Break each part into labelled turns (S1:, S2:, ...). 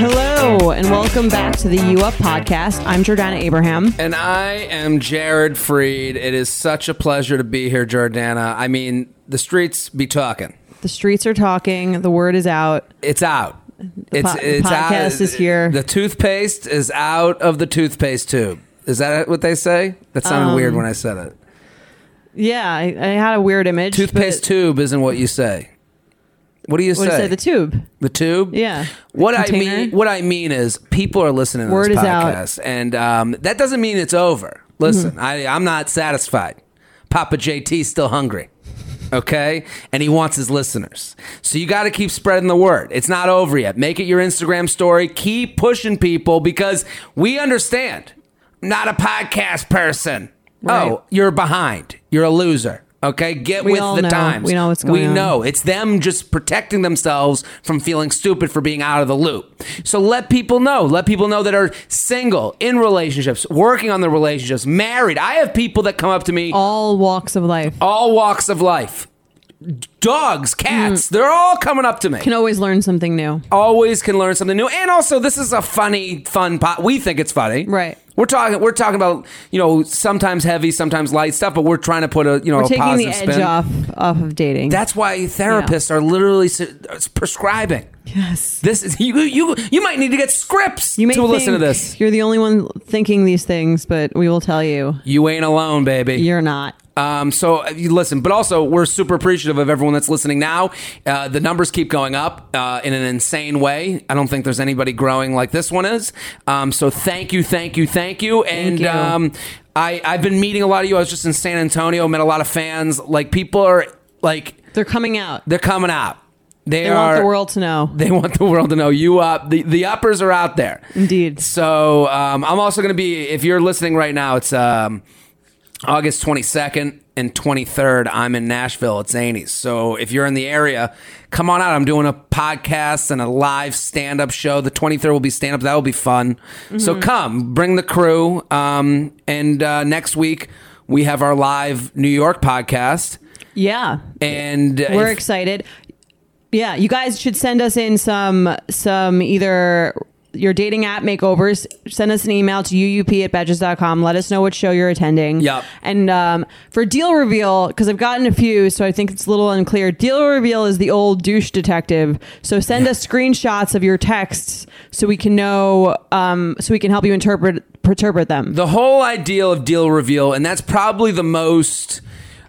S1: Hello and welcome back to the U Up podcast. I'm Jordana Abraham.
S2: And I am Jared Freed. It is such a pleasure to be here, Jordana. I mean, the streets be talking.
S1: The streets are talking. The word is out.
S2: It's out. it's
S1: po- the podcast is here.
S2: The toothpaste is out of the toothpaste tube. Is that what they say? That sounded
S1: Um,
S2: weird when I said it.
S1: Yeah, I, I had a weird image.
S2: Toothpaste tube isn't what you say. What do you
S1: What
S2: say?
S1: is it? The tube.
S2: The tube?
S1: Yeah.
S2: What I
S1: Container?
S2: mean what I mean is people are listening to
S1: Word
S2: this
S1: is out. Mm-hmm.
S2: podcast. And um, that doesn't mean it's over. Listen, I, I'm not satisfied. Papa JT's still hungry. Okay? And he wants his listeners. So you gotta keep spreading the word. It's not over yet. Make it your Instagram story. Keep pushing people because we understand. Not a podcast person.
S1: Right.
S2: Oh, you're behind. You're a loser. Okay? Get
S1: We
S2: with
S1: all
S2: the
S1: know.
S2: times.
S1: We know what's going
S2: We
S1: on.
S2: know. Oh, It's them just protecting themselves from feeling stupid for being out of the loop. So let people know. Let people know that are single, in relationships, working on their relationships, married. I have people that come up to me, all,
S1: All walks of life.
S2: walks of life. Dogs, cats, they're all coming up to me.
S1: Mm. Can always learn something new.
S2: Always can learn something new. And also, this is a funny, fun pot. We think it's funny.
S1: Right.
S2: We're talking we're talking about, you know, sometimes heavy, sometimes light stuff, but we're trying to put a, you know,
S1: We're
S2: a
S1: taking the
S2: positive
S1: edge
S2: spin.
S1: off off of dating.
S2: That's why therapists are literally s- uh, prescribing.
S1: yes.
S2: This is you. You you might need to get scripts
S1: You may
S2: to listen to
S1: think
S2: this.
S1: You're the only one thinking these things, but we will tell you
S2: You ain't alone, baby.
S1: you're not.
S2: Um, so uh, you listen, but also we're super appreciative of everyone that's listening now. Uh, the numbers keep going up uh, in an insane way. I don't think there's anybody growing like this one is. Um, so thank you, thank you, thank you. And
S1: you.
S2: Um, I I've been meeting a lot of you. I was just in San Antonio, met a lot of fans. Like people are like
S1: They're coming out.
S2: they're coming out. They,
S1: They
S2: are
S1: want the world to know.
S2: They want the world to know you up. The the uppers are out there.
S1: Indeed.
S2: So um, I'm also going to be, if you're listening right now, it's um, August 22nd and 23rd. I'm in Nashville at Zanies. So if you're in the area, come on out. I'm doing a podcast and a live stand up show. The 23rd will be stand up. That will be fun. So come, bring the crew. Um, and uh, next week, we have our live New York podcast.
S1: Yeah.
S2: And uh,
S1: We're
S2: if-
S1: excited. Yeah, you guys should send us in some some either your dating app makeovers. Send us an email to uup at badges.com. Let us know what show you're attending.
S2: Yep.
S1: And um, for deal reveal, because I've gotten a few, so I think it's a little unclear. Deal reveal is the old douche detective. So send us screenshots of your texts so we can know, um, so we can help you interpret interpret them.
S2: the whole ideal of deal reveal, and that's probably the most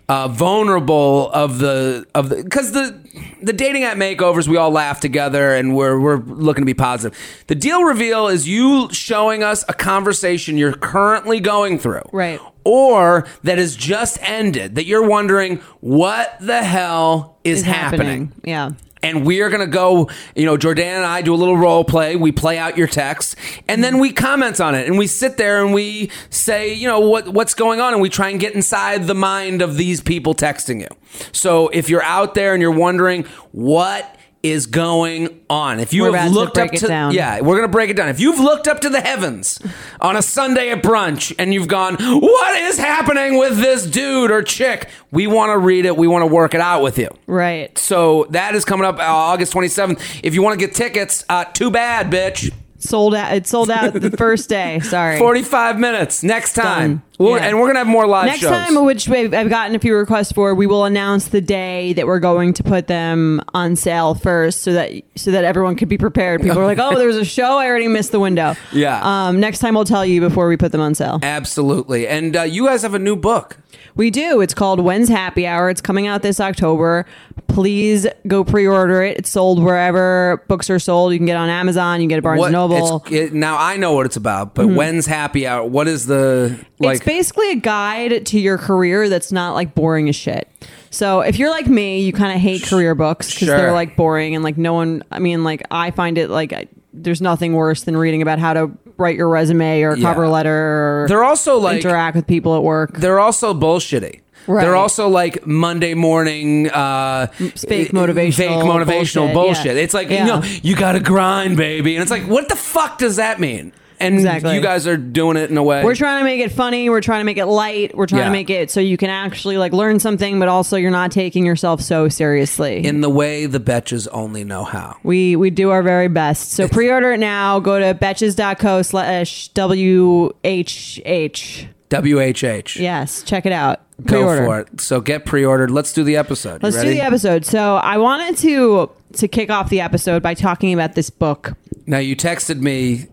S2: uh, vulnerable of the of the because the the dating app makeovers we all laugh together and we're we're looking to be positive. The deal reveal is you showing us a conversation you're currently going through,
S1: Right.
S2: Or that has just ended that you're wondering what the hell is,
S1: It's
S2: happening.
S1: Yeah.
S2: And we are going to go, you know, Jordan and I do a little role play. We play out your text and then we comment on it and we sit there and we say, you know, what, what's going on? And we try and get inside the mind of these people texting you. So if you're out there and you're wondering what is going on, if you
S1: We're about
S2: have
S1: to
S2: looked
S1: break
S2: up
S1: it
S2: to,
S1: down.
S2: yeah, we're going to break it down. If you've looked up to the heavens on a Sunday at brunch and you've gone, what is happening with this dude or chick? We want to read it. We want to work it out with you.
S1: Right.
S2: So that is coming up uh, August 27th. If you want to get tickets, uh, too bad, bitch.
S1: Sold out. It sold out the first day. Sorry.
S2: 45 minutes next time.
S1: Done.
S2: We'll,
S1: Yeah.
S2: And we're going to have more live
S1: Next
S2: shows.
S1: time, which we've, I've gotten a few requests for, we will announce the day that we're going to put them on sale first, so that so that everyone could be prepared. People are like, "Oh, there was a show. I already missed the window."
S2: Yeah.
S1: Um, next time, I'll tell you before we put them on sale.
S2: Absolutely. And uh, you guys have a new book.
S1: We do. It's called When's Happy Hour. It's coming out this October. Please go pre-order it. It's sold wherever books are sold. You can get it on Amazon. You can get it at Barnes
S2: What-
S1: and Noble. Mm-hmm.
S2: it's- it- now I know what it's about, but when's happy hour? What is the like?
S1: it's basically a guide to your career that's not like boring as shit. So if you're like me, you kind of hate career books because
S2: Sure.
S1: they're like boring and like no one. I mean, like I find it like I, there's nothing worse than reading about how to write your resume or cover
S2: Yeah.
S1: letter or
S2: They're also like
S1: interact with people at work.
S2: they're also bullshitty.
S1: Right.
S2: They're also like Monday morning, uh, fake
S1: motivational
S2: fake motivational bullshit.
S1: bullshit, yeah.
S2: It's like
S1: Yeah.
S2: no, you got to grind, baby, and it's like, what the fuck does that mean? And
S1: Exactly.
S2: you guys are doing it in a way.
S1: We're trying to make it funny. We're trying to make it light. We're trying
S2: Yeah.
S1: to make it so you can actually like learn something, but also you're not taking yourself so seriously.
S2: in the way the betches only know how.
S1: we we do our very best. So pre-order it now. Go to betches.co slash WHH.
S2: WHH.
S1: Yes, check it out.
S2: Go
S1: Pre-order.
S2: for it. So get pre-ordered. Let's do the episode. You
S1: Let's do
S2: ready?
S1: the episode. So I wanted to to kick off the episode by talking about this book.
S2: Now you texted me.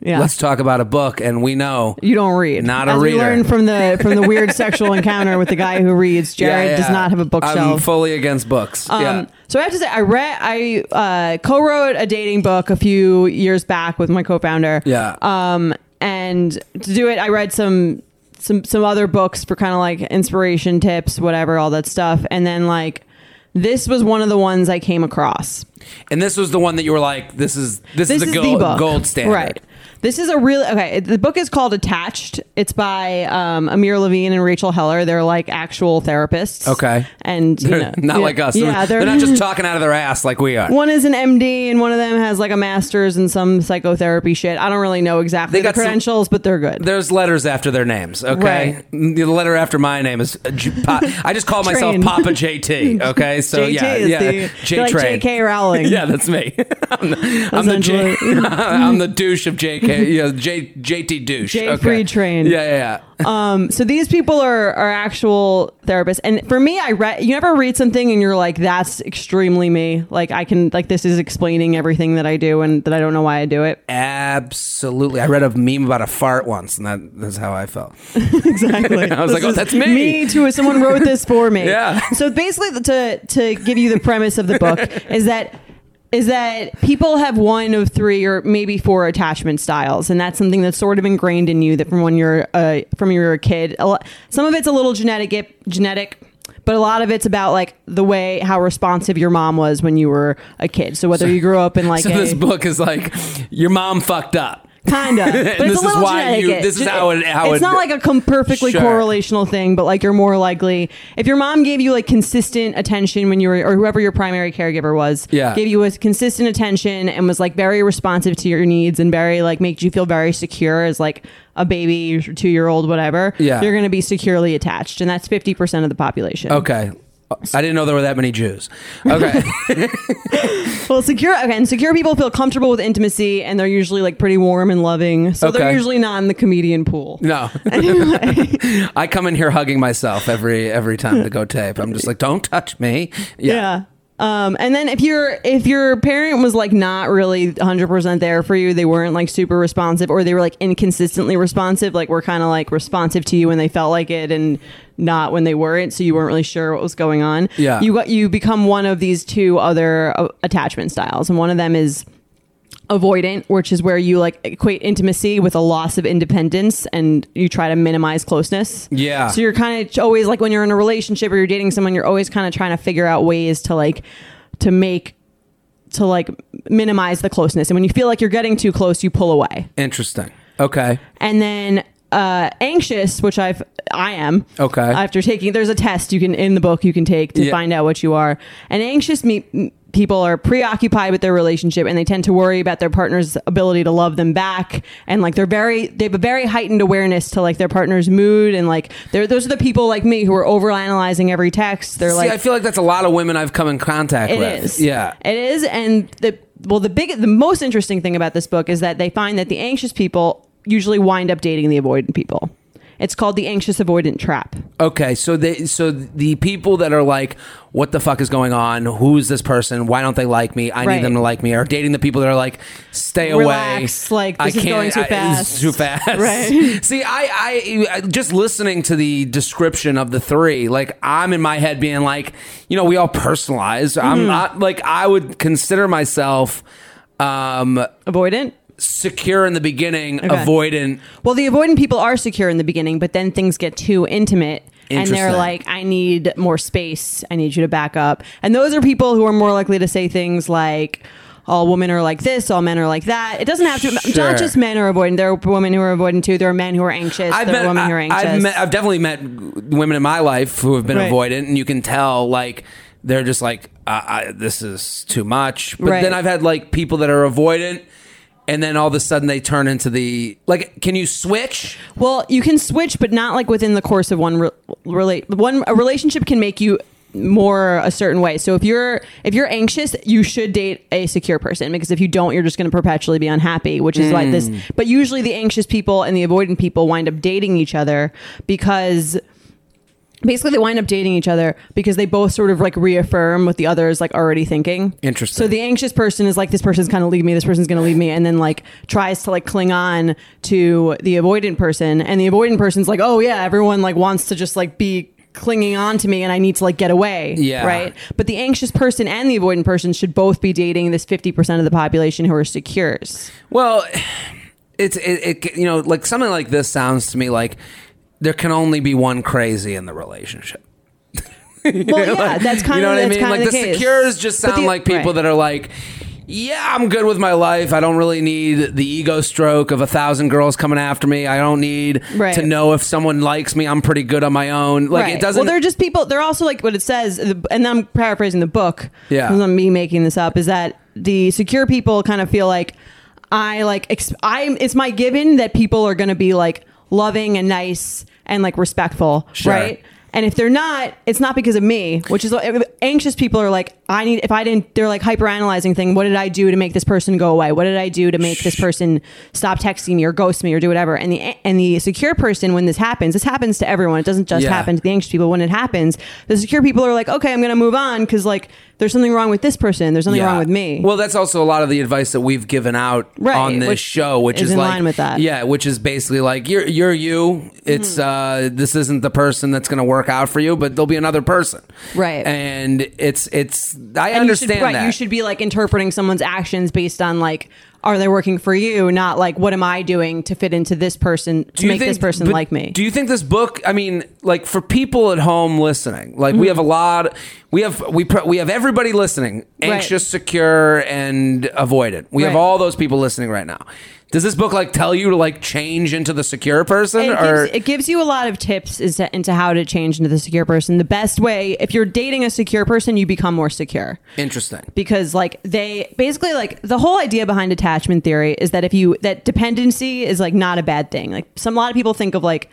S1: Yeah.
S2: Let's talk about a book, and we know
S1: you don't read.
S2: Not a
S1: As
S2: reader.
S1: We learned from the from the weird sexual encounter with the guy who reads. Jared
S2: Yeah, yeah.
S1: does not have a bookshelf.
S2: I'm fully against books. yeah.
S1: Um, So I have to say, I read, I uh, co-wrote a dating book a few years back with my co-founder.
S2: Yeah.
S1: Um, and to do it, I read some some some other books for kind of like inspiration tips, whatever, all that stuff, and then like this was one of the ones I came across.
S2: And this was the one that you were like, this is this, is,
S1: This is
S2: the gold,
S1: the book.
S2: gold standard.
S1: right? This is a really okay. it- The book is called Attached. It's by um, Amir Levine and Rachel Heller. They're like actual therapists.
S2: Okay.
S1: and you
S2: They're
S1: know,
S2: not
S1: yeah,
S2: like us.
S1: Yeah,
S2: they're, they're not just talking out of their ass like we are.
S1: one is an MD and one of them has like a master's in some psychotherapy shit. I don't really know exactly
S2: They
S1: the
S2: got some-
S1: credentials, but they're good.
S2: There's letters after their names, okay?
S1: Right.
S2: The letter after my name is uh, J- Pa- I just call myself
S1: Train.
S2: Papa JT, okay? So
S1: JT
S2: yeah,
S1: is
S2: yeah.
S1: the-
S2: J
S1: you're like
S2: Train.
S1: J.K. Rowling.
S2: yeah, that's me. I'm the, I'm the J- I'm the douche of JK. Yeah, J, JT douche.
S1: J3
S2: okay.
S1: Train.
S2: Yeah, yeah, yeah.
S1: Um, so these people are are actual therapists, and for me, I read. You never read something and you're like, "That's extremely me." Like I can like this is explaining everything that I do and that I don't know why I do it.
S2: Absolutely. I read a meme about a fart once, and that, that's how I felt.
S1: exactly.
S2: I was like,
S1: This
S2: "Oh,
S1: is
S2: that's me."
S1: Me too. Someone wrote this for me.
S2: Yeah.
S1: So basically, to to give you the premise of the book is that is that people have one of three or maybe four attachment styles, and that's something that's sort of ingrained in you that from when you're uh, from when you're a kid. A lo- Some of it's a little genetic genetic. But a lot of it's about like the way how responsive your mom was when you were a kid. So whether you grew up in like
S2: So
S1: a,
S2: this book is like, your mom fucked up.
S1: kinda. But it's
S2: this
S1: a
S2: is
S1: little
S2: why you-
S1: genetic.
S2: this is how it- how it-
S1: it's not like a com- perfectly
S2: Sure.
S1: correlational thing, but like you're more likely if your mom gave you like consistent attention when you were or whoever your primary caregiver was,
S2: Yeah.
S1: gave you a consistent attention and was like very responsive to your needs and very like makes you feel very secure as like a baby, two year old, whatever.
S2: Yeah.
S1: you're gonna be securely attached, and that's fifty percent of the population.
S2: Okay. I didn't know there were that many Jews. Okay.
S1: Well, secure okay, and secure people feel comfortable with intimacy, and they're usually like pretty warm and loving, so they're
S2: Okay.
S1: usually not in the comedian pool.
S2: No.
S1: Anyway.
S2: I come in here hugging myself every every time to go tape. I'm just like, don't touch me. Yeah.
S1: Yeah. Um, and then if your if your parent was like not really 100% there for you, they weren't like super responsive or they were like inconsistently responsive, like were kind of like responsive to you when they felt like it and not when they weren't, so you weren't really sure what was going on.
S2: Yeah.
S1: You got you become one of these two other uh, attachment styles and one of them is avoidant, which is where you like equate intimacy with a loss of independence and you try to minimize closeness.
S2: Yeah.
S1: So you're kind of always like when you're in a relationship or you're dating someone, you're always kind of trying to figure out ways to like to make to like minimize the closeness. And when you feel like you're getting too close, you pull away.
S2: Interesting. Okay.
S1: And then uh anxious, which I've I am.
S2: Okay.
S1: After taking there's a test you can in the book you can take to
S2: Yeah.
S1: find out what you are. And anxious me m- people are preoccupied with their relationship and they tend to worry about their partner's ability to love them back and like they're very they have a very heightened awareness to like their partner's mood and like they're those are the people like me who are overanalyzing every text. They're
S2: See,
S1: like
S2: I feel like that's a lot of women I've come in contact
S1: it
S2: with.
S1: is.
S2: Yeah.
S1: It is. And the well, the big, the most interesting thing about this book is that they find that the anxious people usually wind up dating the avoidant people. It's called the anxious avoidant trap.
S2: Okay. So they so the people that are like, what the fuck is going on? Who's this person? Why don't they like me? I
S1: Right.
S2: need them to like me. Are dating the people that are like, stay
S1: Relax,
S2: away.
S1: like, this is going too
S2: I- this is
S1: fast.
S2: too fast.
S1: Right.
S2: See, I, I I- just listening to the description of the three, like I'm in my head being like, you know, we all personalize.
S1: Mm-hmm.
S2: I'm not like I would consider myself um
S1: Avoidant.
S2: secure in the beginning,
S1: Okay.
S2: avoidant.
S1: Well, the avoidant people are secure in the beginning, but then things get too intimate and they're
S2: Interesting.
S1: like, I need more space. I need you to back up. And those are people who are more likely to say things like, all women are like this, all men are like that. It doesn't have to,
S2: Sure.
S1: not just men are avoidant. There are women who are avoidant too. There are men who are anxious.
S2: I've
S1: there
S2: met,
S1: are women
S2: I,
S1: who are anxious.
S2: have met, I've definitely met women in my life who have been
S1: Right.
S2: avoidant, and you can tell like they're just like uh, I, this is too much. But
S1: Right.
S2: then I've had like people that are avoidant, and then all of a sudden they turn into the like. Can you switch?
S1: Well, you can switch, but not like within the course of one re- relate. One a relationship can make you more a certain way. So if you're if you're anxious, you should date a secure person because if you don't, you're just going to perpetually be unhappy, which is like this. But usually, the anxious people and the avoidant people wind up dating each other because basically they wind up dating each other because they both sort of like reaffirm what the other is like already thinking.
S2: Interesting.
S1: So the anxious person is like, this person's gonna leave me, this person's gonna leave me, and then like tries to like cling on to the avoidant person, and the avoidant person's like, oh yeah, everyone like wants to just like be clinging on to me and I need to like get away.
S2: Yeah.
S1: Right. But the anxious person and the avoidant person should both be dating this 50% of the population who are secures.
S2: Well, it's it, it you know like something like this sounds to me like there can only be one crazy in the relationship.
S1: Well, yeah, that's kind
S2: you know
S1: of
S2: what I
S1: that's
S2: mean?
S1: kind
S2: Like
S1: of
S2: the,
S1: the, case.
S2: secures just
S1: But
S2: sound
S1: the-
S2: like people
S1: right.
S2: that are like, yeah, I'm good with my life. I don't really need the ego stroke of a thousand girls coming after me. I don't need
S1: Right.
S2: to know if someone likes me. I'm pretty good on my own. Like
S1: Right.
S2: it doesn't.
S1: Well, they're just people. They're also like what it says, the- and I'm paraphrasing the book.
S2: Yeah.
S1: it's not me making this up. Is that the secure people kind of feel like I like ex- I'm. It's my given that people are going to be like loving and nice and like respectful,
S2: Sure.
S1: right? And if they're not, it's not because of me, which is what- anxious people are like, I need, if I didn't, they're like hyperanalyzing thing. What did I do to make this person go away? What did I do to make this person stop texting me or ghost me or do whatever? And the, and the secure person, when this happens, this happens to everyone. It doesn't just
S2: Yeah.
S1: happen to the anxious people. When it happens, the secure people are like, okay, I'm going to move on. Cause like there's something wrong with this person. There's something
S2: Yeah.
S1: wrong with me.
S2: Well, that's also a lot of the advice that we've given out
S1: Right,
S2: on this
S1: which
S2: show, which
S1: is
S2: is,
S1: in
S2: like,
S1: line with that. Hmm.
S2: Yeah, which is basically like you're you're you. It's uh, this isn't the person that's going to work out for you, but there'll be another person,
S1: Right.
S2: And it's it's I
S1: And you should-
S2: understand
S1: right,
S2: that
S1: You should be like interpreting someone's actions based on like, are they working for you? Not like, what am I doing to fit into this person to
S2: you
S1: make this
S2: think-
S1: person
S2: but
S1: like me?
S2: Do you think this book? I mean, like for people at home listening, like
S1: Mm.
S2: we have a lot. We have we pr- we have everybody listening,
S1: Right.
S2: anxious, secure, and avoidant. We have
S1: Right.
S2: all those people listening right now. Does this book like tell you to like change into the secure person
S1: it
S2: or?
S1: gives, it gives you a lot of tips as to, into how to change into the secure person. The best way, if you're dating a secure person, you become more secure
S2: Interesting.
S1: because like they basically like the whole idea behind attachment theory is that if you that dependency is like not a bad thing. Like some a lot of people think of like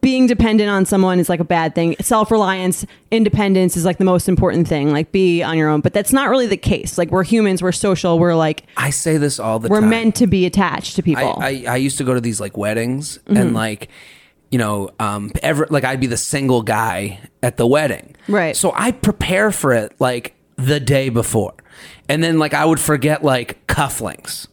S1: being dependent on someone is like a bad thing. Self reliance, independence is like the most important thing. Like be on your own, but that's not really the case. Like we're humans, we're social, we're like
S2: I say this all the
S1: we're
S2: time.
S1: meant to be attached to people. Mm-hmm.
S2: I, I, I used to go to these like weddings and like you know um ever like I'd be the single guy at the wedding
S1: Right.
S2: so I prepare for it like the day before and then like I would forget like cufflinks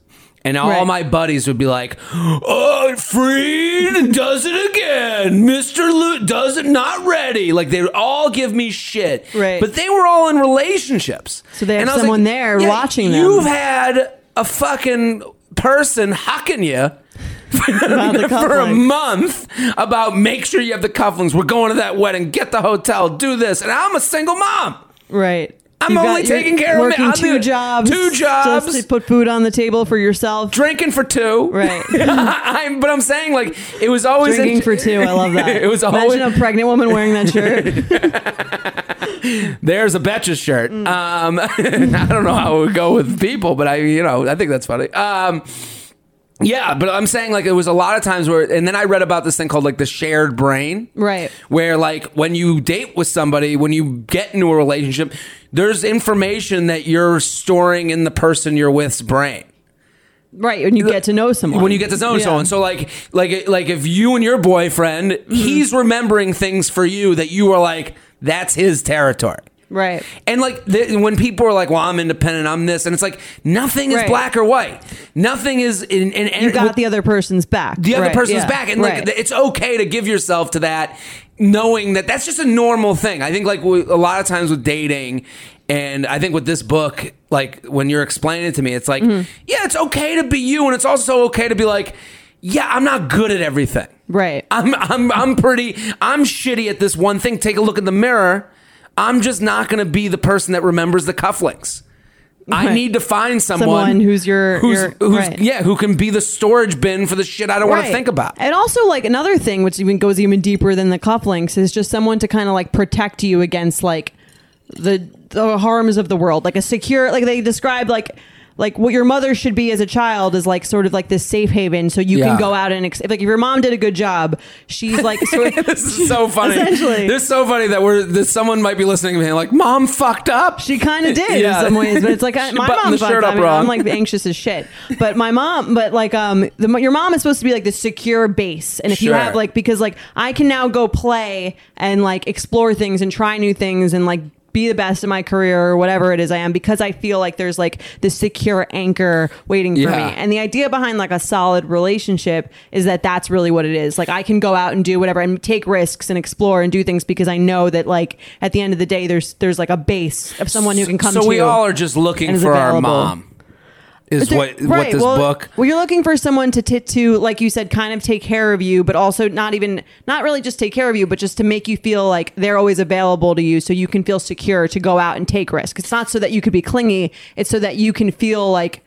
S2: and all
S1: Right.
S2: my buddies would be like, "Oh, Freed does it again. Mister Lu does it. Not ready." Like they would all give me shit,
S1: Right.
S2: But they were all in relationships,
S1: So they have
S2: And I was
S1: someone there watching them."
S2: You've had a fucking person hucking you
S1: the
S2: for a
S1: cufflinks.
S2: month about make sure you have the cufflinks. We're going to that wedding. Get the hotel. Do this. And I'm a single mom.
S1: Right.
S2: I'm
S1: You've
S2: only
S1: you're
S2: taking care of me.
S1: working
S2: I'm
S1: two
S2: the-
S1: jobs.
S2: two jobs.
S1: Just to put food on the table for yourself.
S2: Drinking for two.
S1: Right.
S2: I'm, but I'm saying like it was always
S1: Drinking for two. I love that.
S2: It was
S1: Imagine
S2: always-
S1: a pregnant woman wearing that shirt.
S2: There's a Betches shirt. Um, I don't know how it would go with people, but I, you know, I think that's funny. Um, yeah, but I'm saying like it was a lot of times where, and then I read about this thing called like the shared brain,
S1: Right.
S2: Where like when you date with somebody, when you get into a relationship, there's information that you're storing in the person you're with's brain.
S1: right. When you get to know someone.
S2: When you get to know
S1: Yeah.
S2: someone, so like, like, like, if you and your boyfriend,
S1: Mm-hmm.
S2: he's remembering things for you that you are like, that's his territory.
S1: Right.
S2: And like the, when people are like, "Well, I'm independent, I'm this," and it's like nothing is
S1: Right.
S2: black or white. Nothing is in. in, in
S1: You got the other person's back.
S2: the other
S1: Right,
S2: person's
S1: yeah,
S2: back, and like
S1: right.
S2: th- it's okay to give yourself to that, knowing that that's just a normal thing. I think like we, a lot of times with dating, and I think with this book, like when you're explaining it to me, it's
S1: Mm-hmm.
S2: like, yeah, it's okay to be you, and it's also okay to be like, yeah, I'm not good at everything.
S1: Right.
S2: I'm I'm I'm pretty I'm shitty at this one thing. Take a look in the mirror. I'm just not going to be the person that remembers the cufflinks. I
S1: Right.
S2: need to find someone,
S1: Someone who's your-
S2: who's,
S1: your-
S2: who's
S1: right.
S2: yeah who can be the storage bin for the shit I don't want to
S1: Right.
S2: think about.
S1: And also, like another thing, which even goes even deeper than the cufflinks, is just someone to kind of like protect you against like the the harms of the world, like a secure, like they describe like. Like what your mother should be as a child is like sort of like this safe haven, so you
S2: Yeah.
S1: can go out and ex- if, like if your mom did a good job, she's like sort of,
S2: This is so funny.
S1: Essentially.
S2: This is so funny that we're that someone might be listening to me like mom fucked up.
S1: She kind of did
S2: Yeah.
S1: in some ways, but it's like I,
S2: She
S1: my
S2: buttoned
S1: mom.
S2: the shirt up
S1: I mean,
S2: wrong.
S1: I'm like anxious as shit, but my mom, but like um, the, your mom is supposed to be like the secure base, and if you
S2: Sure.
S1: have like because like I can now go play and like explore things and try new things and like be the best in my career or whatever it is I am because I feel like there's like this secure anchor waiting for
S2: Yeah.
S1: me. And the idea behind like a solid relationship is that that's really what it is. Like I can go out and do whatever and take risks and explore and do things because I know that like at the end of the day there's there's like a base of someone who can come
S2: so
S1: to
S2: we all are just looking
S1: and is
S2: for our
S1: available.
S2: mom. Is
S1: There-
S2: what what this
S1: well,
S2: book?
S1: Well, you're looking for someone to t- to like you said, kind of take care of you, but also not even not really just take care of you, but just to make you feel like they're always available to you, so you can feel secure to go out and take risks. It's not so that you could be clingy; it's so that you can feel like,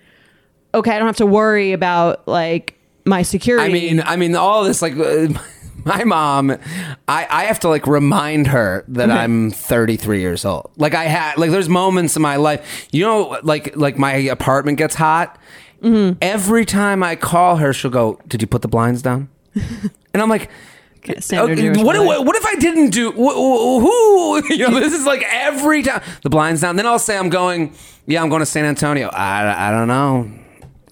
S1: okay, I don't have to worry about like my security.
S2: I mean, I mean, all this like uh, my mom. I I have to like remind her that I'm 33 years old. Like I had like there's moments in my life. You know, like like my apartment gets hot.
S1: Mm-hmm.
S2: Every time I call her, she'll go, "Did you put the blinds down?" and I'm like.
S1: standard
S2: okay,
S1: Jewish
S2: what,
S1: life.
S2: what, what if I didn't do? Wh- wh- who? You know, this is like every time the blinds down. Then I'll say I'm going. Yeah, I'm going to San Antonio. I, I don't know.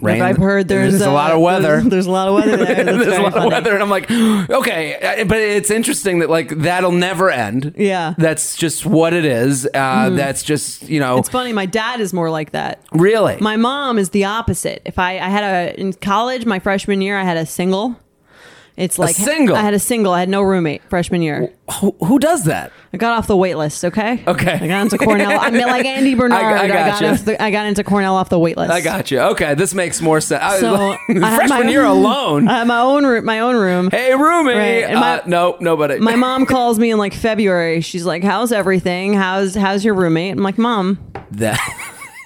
S2: Rain.
S1: I've heard there's,
S2: a lot of weather.
S1: There's, there's a lot of weather there. That's
S2: there's a
S1: very
S2: lot
S1: funny.
S2: of weather, and I'm like, okay, uh, but it's interesting that like that'll never end.
S1: Yeah. Mm-hmm.
S2: that's just what it is. Uh, That's just you know,
S1: It's funny. My dad is more like that.
S2: really.
S1: My mom is the opposite. If I, I had a in college, my freshman year, I had a single. It's like
S2: single?
S1: I had a single. I had no roommate freshman year.
S2: who, who does that?
S1: I got off the wait list. Okay.
S2: Okay.
S1: I got into Cornell. I'm like Andy Bernard.
S2: I
S1: I, got
S2: gotcha.
S1: into the- I got into Cornell off the wait list.
S2: I got you. Okay, this makes more sense. I,
S1: So I had my
S2: freshman year
S1: own-
S2: alone.
S1: I had my own room. My own room.
S2: hey, roomie.
S1: Right, and my-
S2: uh, no, nobody.
S1: My mom calls me in like February. She's like, "How's everything? How's how's your roommate?" I'm like, "Mom."
S2: that.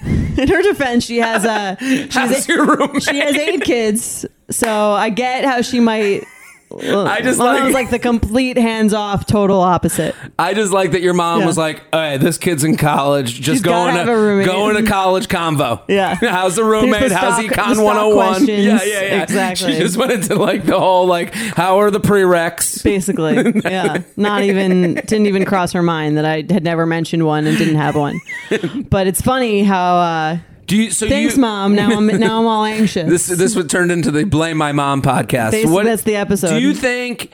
S1: In her defense, she has a she
S2: How's
S1: has,
S2: your roommate?
S1: she has eight kids, so I get how she might.
S2: I just
S1: my
S2: like,
S1: mom's like the complete hands off, total opposite.
S2: I just like that your mom
S1: Yeah.
S2: was like, "All right, this kid's in college, just
S1: She's gotta
S2: going
S1: have a
S2: to
S1: roommate."
S2: going to college convo."
S1: Yeah.
S2: how's the
S1: Here's
S2: roommate?
S1: the
S2: how's
S1: stock- the
S2: econ
S1: stock
S2: one hundred and one?
S1: questions.
S2: Yeah, yeah, yeah.
S1: Exactly.
S2: She just went into like the whole like, how are the prereqs?
S1: Basically, yeah. Not even didn't even cross her mind that I had never mentioned one and didn't have one. But it's funny how uh,
S2: Do you? So
S1: thanks,
S2: you,
S1: mom. Now I'm now I'm all anxious.
S2: This this would turned into the blame my mom podcast.
S1: Basically, that's the episode.
S2: Do you think?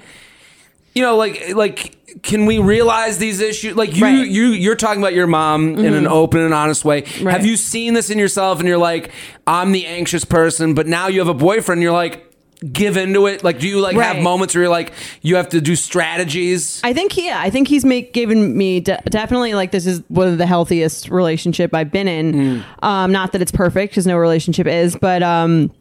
S2: You know, like like can we realize these issues? Like you
S1: Right. Mm-hmm.
S2: you you're talking about your mom in an open and honest way.
S1: Right.
S2: Have you seen this in yourself? And you're like, I'm the anxious person, but now you have a boyfriend. You're like. Give into it. Like, do you like have
S1: Right.
S2: moments where you're like, you have to do strategies?
S1: I think yeah, I think he's make, given me de- definitely like this is one of the healthiest relationship I've been in. Um, not that it's perfect because no relationship is, but um,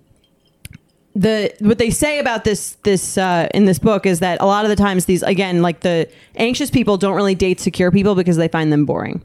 S1: the what they say about this this uh, in this book is that a lot of the times these again like the anxious people don't really date secure people because they find them boring.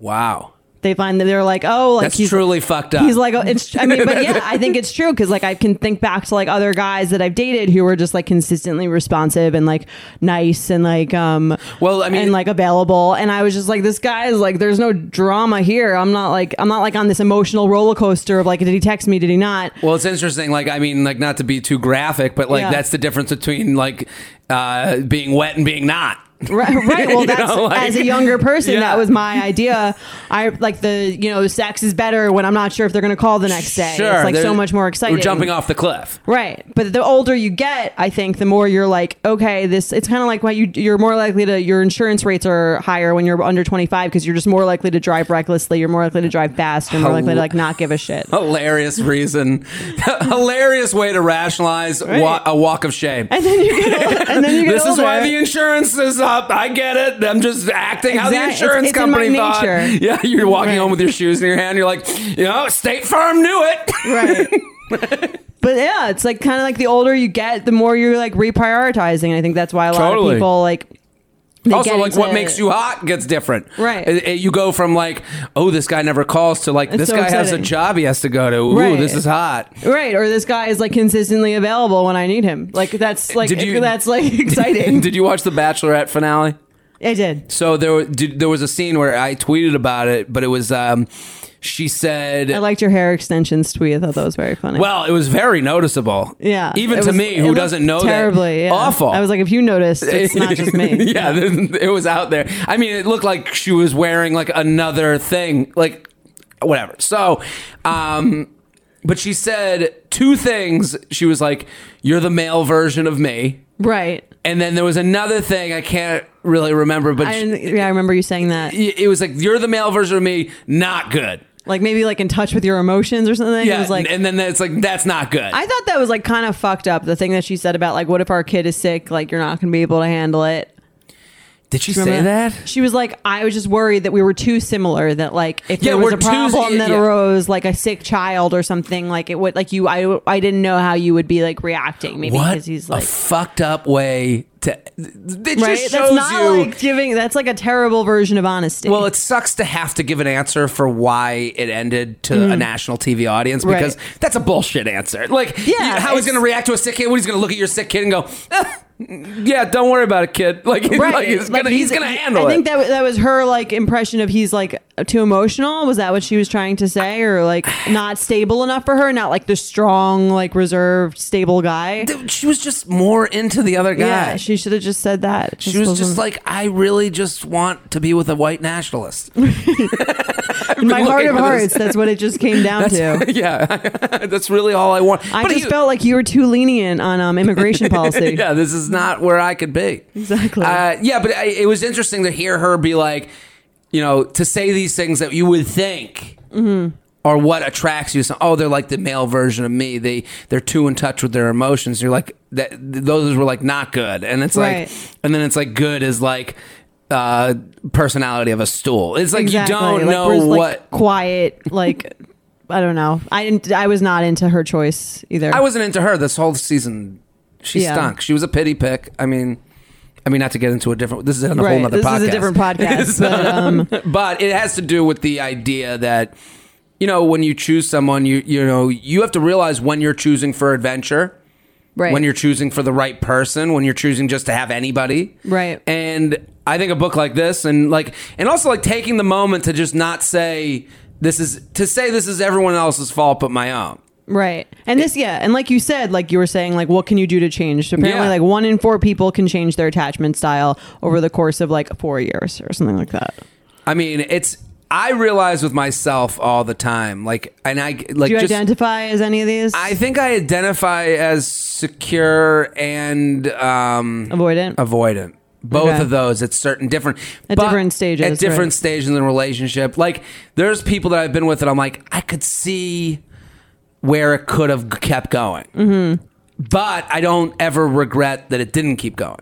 S2: Wow,
S1: They find that they're like oh like
S2: that's
S1: he's
S2: truly fucked up.
S1: He's like, oh, it's. I mean, but yeah, I think it's true because like I can think back to like other guys that I've dated who were just like consistently responsive and like nice and like um.
S2: Well, I mean-
S1: and like available, and I was just like, this guy is like, there's no drama here. I'm not like, I'm not like on this emotional roller coaster of like, did he text me? Did he not?
S2: Well, it's interesting. Like, I mean, like, not to be too graphic, but like,
S1: Yeah.
S2: that's the difference between like uh, being wet and being not.
S1: Right, right. Well,
S2: You
S1: that's
S2: know, like-
S1: as a younger person,
S2: Yeah.
S1: that was my idea. I like the you know, sex is better when I'm not sure if they're going to call the next day. it's like
S2: there-
S1: so much more exciting.
S2: We're jumping off the cliff.
S1: Right. But the older you get, I think the more you're like, okay, this it's kind of like why you you're more likely to your insurance rates are higher when you're under 25 because you're just more likely to drive recklessly, you're more likely to drive fast, you're more likely to like not give a shit.
S2: Hilarious reason. Hilarious way to rationalize wa-
S1: Right.
S2: a walk of shame.
S1: And then you get old- and then you get
S2: This is why
S1: older.
S2: the insurance is up. I get it. I'm just acting how the
S1: Exact- it's-
S2: insurance
S1: it's in my
S2: company thought.
S1: nature.
S2: Yeah, you're walking
S1: Right.
S2: home with your shoes in your hand. You're like, you know, State Farm knew it.
S1: Right. But yeah, it's like kind of like the older you get, the more you're like reprioritizing. And I think that's why a lot
S2: Totally.
S1: of people like. they
S2: also,
S1: get
S2: like what
S1: into-
S2: makes you hot gets different,
S1: Right.
S2: It- it- you go from like, oh, this guy never calls to like,
S1: It's
S2: this
S1: so
S2: guy has a
S1: exciting.
S2: job he has to go to. Ooh,
S1: Right.
S2: this is hot.
S1: right, or this guy is like consistently available when I need him. Like that's like
S2: Did you-
S1: that's like exciting.
S2: Did you watch the Bachelorette finale?
S1: I did.
S2: So there, were- did, there was a scene where I tweeted about it, but it was, um, she said,
S1: I liked your hair extensions tweet. I thought that was very funny.
S2: well, it was very noticeable.
S1: yeah,
S2: even
S1: It
S2: to
S1: was-
S2: me
S1: it
S2: who
S1: looked
S2: doesn't know
S1: terribly
S2: that,
S1: yeah.
S2: awful.
S1: I was like, if you noticed, it's not just me.
S2: yeah, it was out there. I mean, it looked like she was wearing like another thing, like whatever. So, um, but she said two things. She was like, "You're the male version of me,"
S1: Right.
S2: and then there was another thing I can't really remember, but
S1: I
S2: she-
S1: didn't- yeah, I remember you saying that.
S2: it was like, "You're the male version of me, not good."
S1: Like maybe like in touch with your emotions or something.
S2: Yeah,
S1: it was like
S2: and then it's like that's not good.
S1: I thought that was like kind of fucked up. The thing that she said about like, what if our kid is sick? Like, you're not going to be able to handle it.
S2: Did she
S1: Remember
S2: say that?
S1: She was like, I was just worried that we were too similar. That like, if
S2: Yeah,
S1: there was
S2: we're
S1: a
S2: too-
S1: problem that
S2: yeah.
S1: arose, like a sick child or something, like it would like you. I I didn't know how you would be like reacting. Maybe
S2: What
S1: because he's
S2: a
S1: like.
S2: fucked up way to. It
S1: Right,
S2: just shows
S1: that's not
S2: you.
S1: like giving. That's like a terrible version of honesty.
S2: Well, it sucks to have to give an answer for why it ended to a national TV audience
S1: Mm. Right.
S2: because that's a bullshit answer. Like,
S1: Yeah,
S2: you- how he's
S1: it's-
S2: going to react to a sick kid? What he's going to look at your sick kid and go, "Ah, "Yeah, don't worry about it, kid." Like, like, he's
S1: Like,
S2: going to he's, going to handle
S1: I think
S2: it.
S1: that that was her like impression of he's like too emotional. Was that what she was trying to say, or like not stable enough for her? Not like the strong, like reserved, stable guy.
S2: Dude, she was just more into the other guy.
S1: Yeah, she should have just said that. It
S2: she was
S1: wasn't-
S2: just like, I really just want to be with a white nationalist.
S1: in my
S2: looking
S1: heart of
S2: for this.
S1: hearts. That's what it just came down to.
S2: yeah, that's really all I want.
S1: I
S2: But
S1: just
S2: you-
S1: felt like you were too lenient on um, immigration policy.
S2: yeah, this is not where I could be.
S1: Exactly.
S2: Uh, yeah, but I, it was interesting to hear her be like, you know, to say these things that you would think
S1: Mm-hmm.
S2: are what attracts you. So, oh, they're like the male version of me. They they're too in touch with their emotions. You're like that. Those were like not good, and it's like,
S1: Right.
S2: and then it's like good is like uh personality of a stool. It's like
S1: exactly.
S2: you don't
S1: Like,
S2: know
S1: whereas, like,
S2: what.
S1: quiet like. I don't know. I didn't. I was not into her choice either.
S2: I wasn't into her this whole season. She
S1: Yeah.
S2: stunk. She was a pity pick. I mean, I mean, not to get into a different. This is a whole
S1: right.
S2: other
S1: This
S2: podcast.
S1: is a different podcast. but, um,
S2: but it has to do with the idea that you know when you choose someone you you know you have to realize when you're choosing for adventure
S1: right.
S2: when you're choosing for the right person when you're choosing just to have anybody
S1: Right.
S2: and i think a book like this and like and also like taking the moment to just not say this is to say this is everyone else's fault but my own
S1: Right. And this, yeah. And like you said, like you were saying, like, what can you do to change? So apparently,
S2: Yeah.
S1: like, one in four people can change their attachment style over the course of like four years or something like that.
S2: i mean it's i realize with myself all the time like and i like
S1: Do you
S2: just
S1: identify as any of these?
S2: i think i identify as secure and um
S1: Avoidant.
S2: avoidant. Both
S1: Okay.
S2: of those at certain different
S1: At different stages,
S2: At different
S1: right.
S2: stages in the relationship. Like there's people that I've been with that I'm like, I could see where it could have kept going. Mm-hmm. But I don't ever regret that it didn't keep going.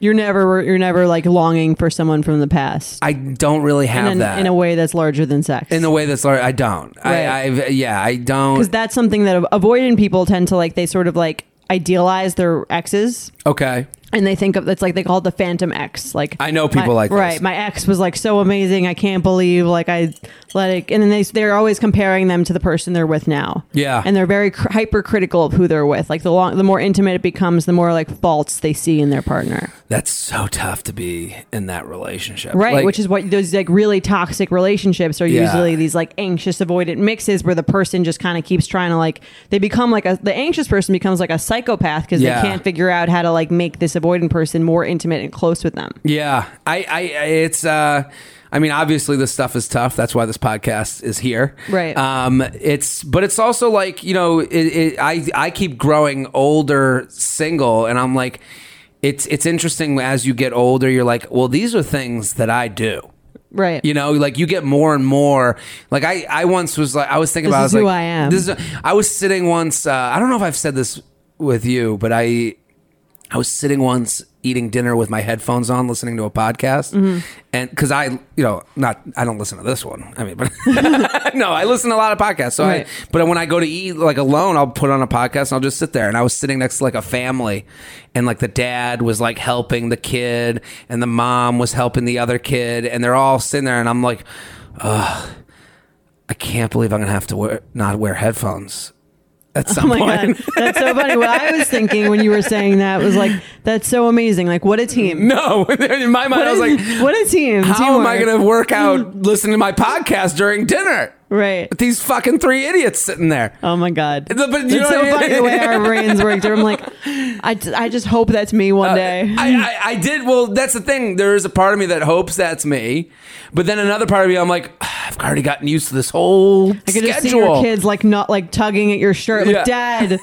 S1: you're never, you're never like longing for someone from the past
S2: I don't really have
S1: in,
S2: that.
S1: in a way that's larger than sex.
S2: in the way that's like, I don't.
S1: Right.
S2: I, I've yeah, I
S1: Because
S2: don't
S1: that's something that avoidant people tend to like, they sort of like idealize their exes.
S2: Okay.
S1: and they think of it's like they call it the phantom ex like
S2: I know people
S1: my-
S2: like this.
S1: right my ex was like so amazing i can't believe like i let it and then they, they're always comparing them to the person they're with now
S2: Yeah.
S1: and they're very cr- hypercritical of who they're with like the long the more intimate it becomes the more like faults they see in their partner
S2: That's so tough to be in that relationship.
S1: right
S2: Like,
S1: which is what those like really toxic relationships are
S2: Yeah.
S1: usually these like anxious avoidant mixes where the person just kind of keeps trying to like they become like a the anxious person becomes like a psychopath because
S2: Yeah.
S1: they can't figure out how to like make this avoidant person more intimate and close with them
S2: Yeah, I, I, I- it's, uh, I mean, obviously this stuff is tough. That's why this podcast is here,
S1: Right.
S2: Um, it's, but it's also like you know, it, it, I, I keep growing older, single, and I'm like, it's, it's interesting as you get older, you're like, well, these are things that I do.
S1: right
S2: You know, like you get more and more. Like I, I once was like, I was thinking
S1: This
S2: about, I was
S1: is who
S2: like,
S1: I am.
S2: This is, I was sitting once. Uh, I don't know if I've said this with you, but I, I was sitting once eating dinner with my headphones on, listening to a podcast,
S1: Mm-hmm.
S2: and because I, you know, not I don't listen to this one. I mean, but no, I listen to a lot of podcasts. So
S1: Right.
S2: I, but when I go to eat like alone, I'll put on a podcast and I'll just sit there. And I was sitting next to like a family, and like the dad was like helping the kid, and the mom was helping the other kid, and they're all sitting there, and I'm like, ugh, I can't believe I'm gonna have to wear not wear headphones at some
S1: Oh my
S2: point.
S1: god, that's so funny. What I was thinking when you were saying that was like, that's so amazing. Like, what a team.
S2: No, in my mind, Mm.
S1: What
S2: I was
S1: a-
S2: like,
S1: what a team.
S2: How am I
S1: Teamwork.
S2: going to work out listening to my podcast during dinner?
S1: Right.
S2: With these fucking three idiots sitting there.
S1: Oh my god.
S2: But- but you know
S1: It's so
S2: what I mean?
S1: funny the way our brains work. through. I'm like, I, ju- I just hope that's me one day.
S2: Uh, I, I, I did. Well, that's the thing. There is a part of me that hopes that's me, but then another part of me, I'm like, "Ah, I've already gotten used to this whole
S1: I could
S2: schedule.
S1: just see your kids like not like tugging at your shirt, like Dad,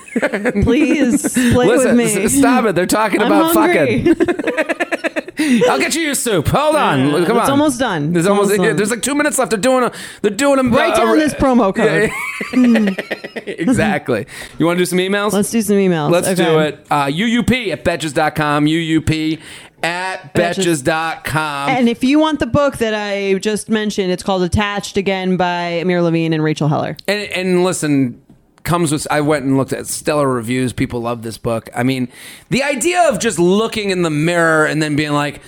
S1: please play
S2: Listen,
S1: with me.
S2: s- stop it. They're talking
S1: I'm
S2: about
S1: hungry.
S2: fucking. I'll get you your soup. Hold on.
S1: Yeah,
S2: Come
S1: it's
S2: on.
S1: almost done.
S2: There's
S1: It's
S2: almost,
S1: almost done.
S2: there's like two minutes left. They're doing a. They're doing a.
S1: Write
S2: a-
S1: down this promo
S2: Yeah,
S1: code.
S2: exactly. You want to do some emails?
S1: Let's do some emails.
S2: Let's
S1: Okay.
S2: do it. Uh, UUP at betches.com. UUP at
S1: Betches.
S2: betches.com.
S1: And if you want the book that I just mentioned, it's called Attached again by Amir Levine and Rachel Heller.
S2: And, and listen, comes with. I went and looked at stellar reviews. People love this book. I mean, the idea of just looking in the mirror and then being like,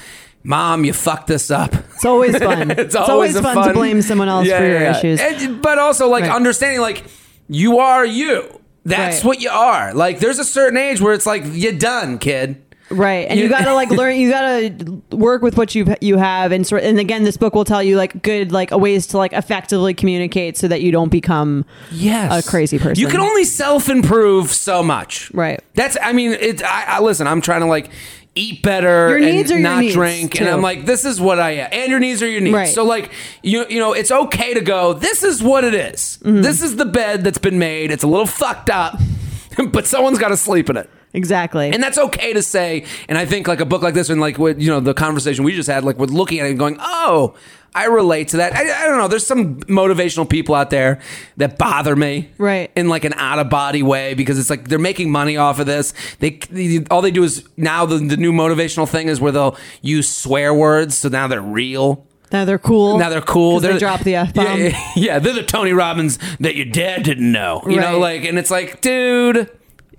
S2: Mom, you fucked this up.
S1: It's always fun.
S2: it's always, a
S1: fun, to blame someone else
S2: Yeah,
S1: for your
S2: yeah, yeah.
S1: issues.
S2: And- but also like
S1: Right.
S2: understanding like you are you. That's
S1: Right.
S2: what you are. Like there's a certain age where it's like you're done, kid.
S1: Right, and you,
S2: You-
S1: gotta like learn. You gotta work with what you you have, and sort. And again, this book will tell you like good like ways to like effectively communicate so that you don't become
S2: Yes,
S1: a crazy person.
S2: You can only self improve so much.
S1: Right.
S2: That's. I mean, it. I, I listen. I'm trying to like eat better.
S1: Your needs
S2: and
S1: are your
S2: not
S1: needs,
S2: drink,
S1: too.
S2: and I'm like, this is what I am. And your needs are your needs.
S1: Right.
S2: So like, you you know, it's okay to go. This is what it is.
S1: Mm-hmm.
S2: This is the bed that's been made. It's a little fucked up, but someone's got to sleep in it.
S1: exactly.
S2: And that's okay to say. And I think like a book like this, and like what you know, the conversation we just had, like with looking at it and going, oh, I relate to that. I, I don't know. There's some motivational people out there that bother me,
S1: Right.
S2: In like an out of body way because it's like they're making money off of this. They, they all they do is now the, the new motivational thing is where they'll use swear words, so now they're real.
S1: now they're cool.
S2: Now they're cool.
S1: 'Cause
S2: They're
S1: They drop the f bomb.
S2: Yeah, yeah, yeah, they're the Tony Robbins that your dad didn't know. You
S1: Right.
S2: know, like, and it's like, dude,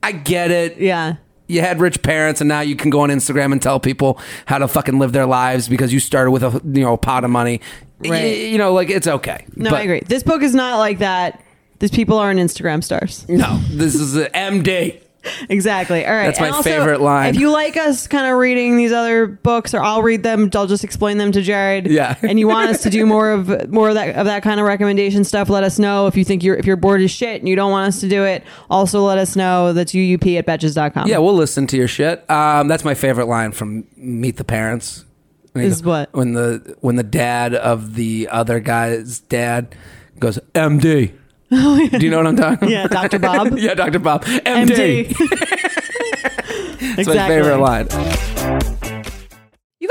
S2: I get it
S1: yeah.
S2: you had rich parents and now you can go on Instagram and tell people how to fucking live their lives because you started with a you know a pot of money. Y-
S1: Right.
S2: You, know, like it's okay.
S1: No,
S2: But
S1: I agree. This book is not like that. These people aren't Instagram stars.
S2: No, this is an MD.
S1: Exactly. All right.
S2: That's my
S1: And also,
S2: favorite line.
S1: If you like us kind of reading these other books, or I'll read them, I'll just explain them to Jared.
S2: Yeah.
S1: and you want us to do more of more of that of that kind of recommendation stuff, let us know. If you think you're if you're bored as shit and you don't want us to do it, also let us know. That's uup at betches.com.
S2: Yeah, we'll listen to your shit. Um, that's my favorite line from Meet the Parents. When he
S1: Is
S2: goes-
S1: what?
S2: when the when the dad of the other guy's dad goes MD. Do you know what I'm talking? about?
S1: Yeah, Dr. Bob.
S2: yeah, Dr. Bob. MD.
S1: MD.
S2: That's my favorite line.
S3: You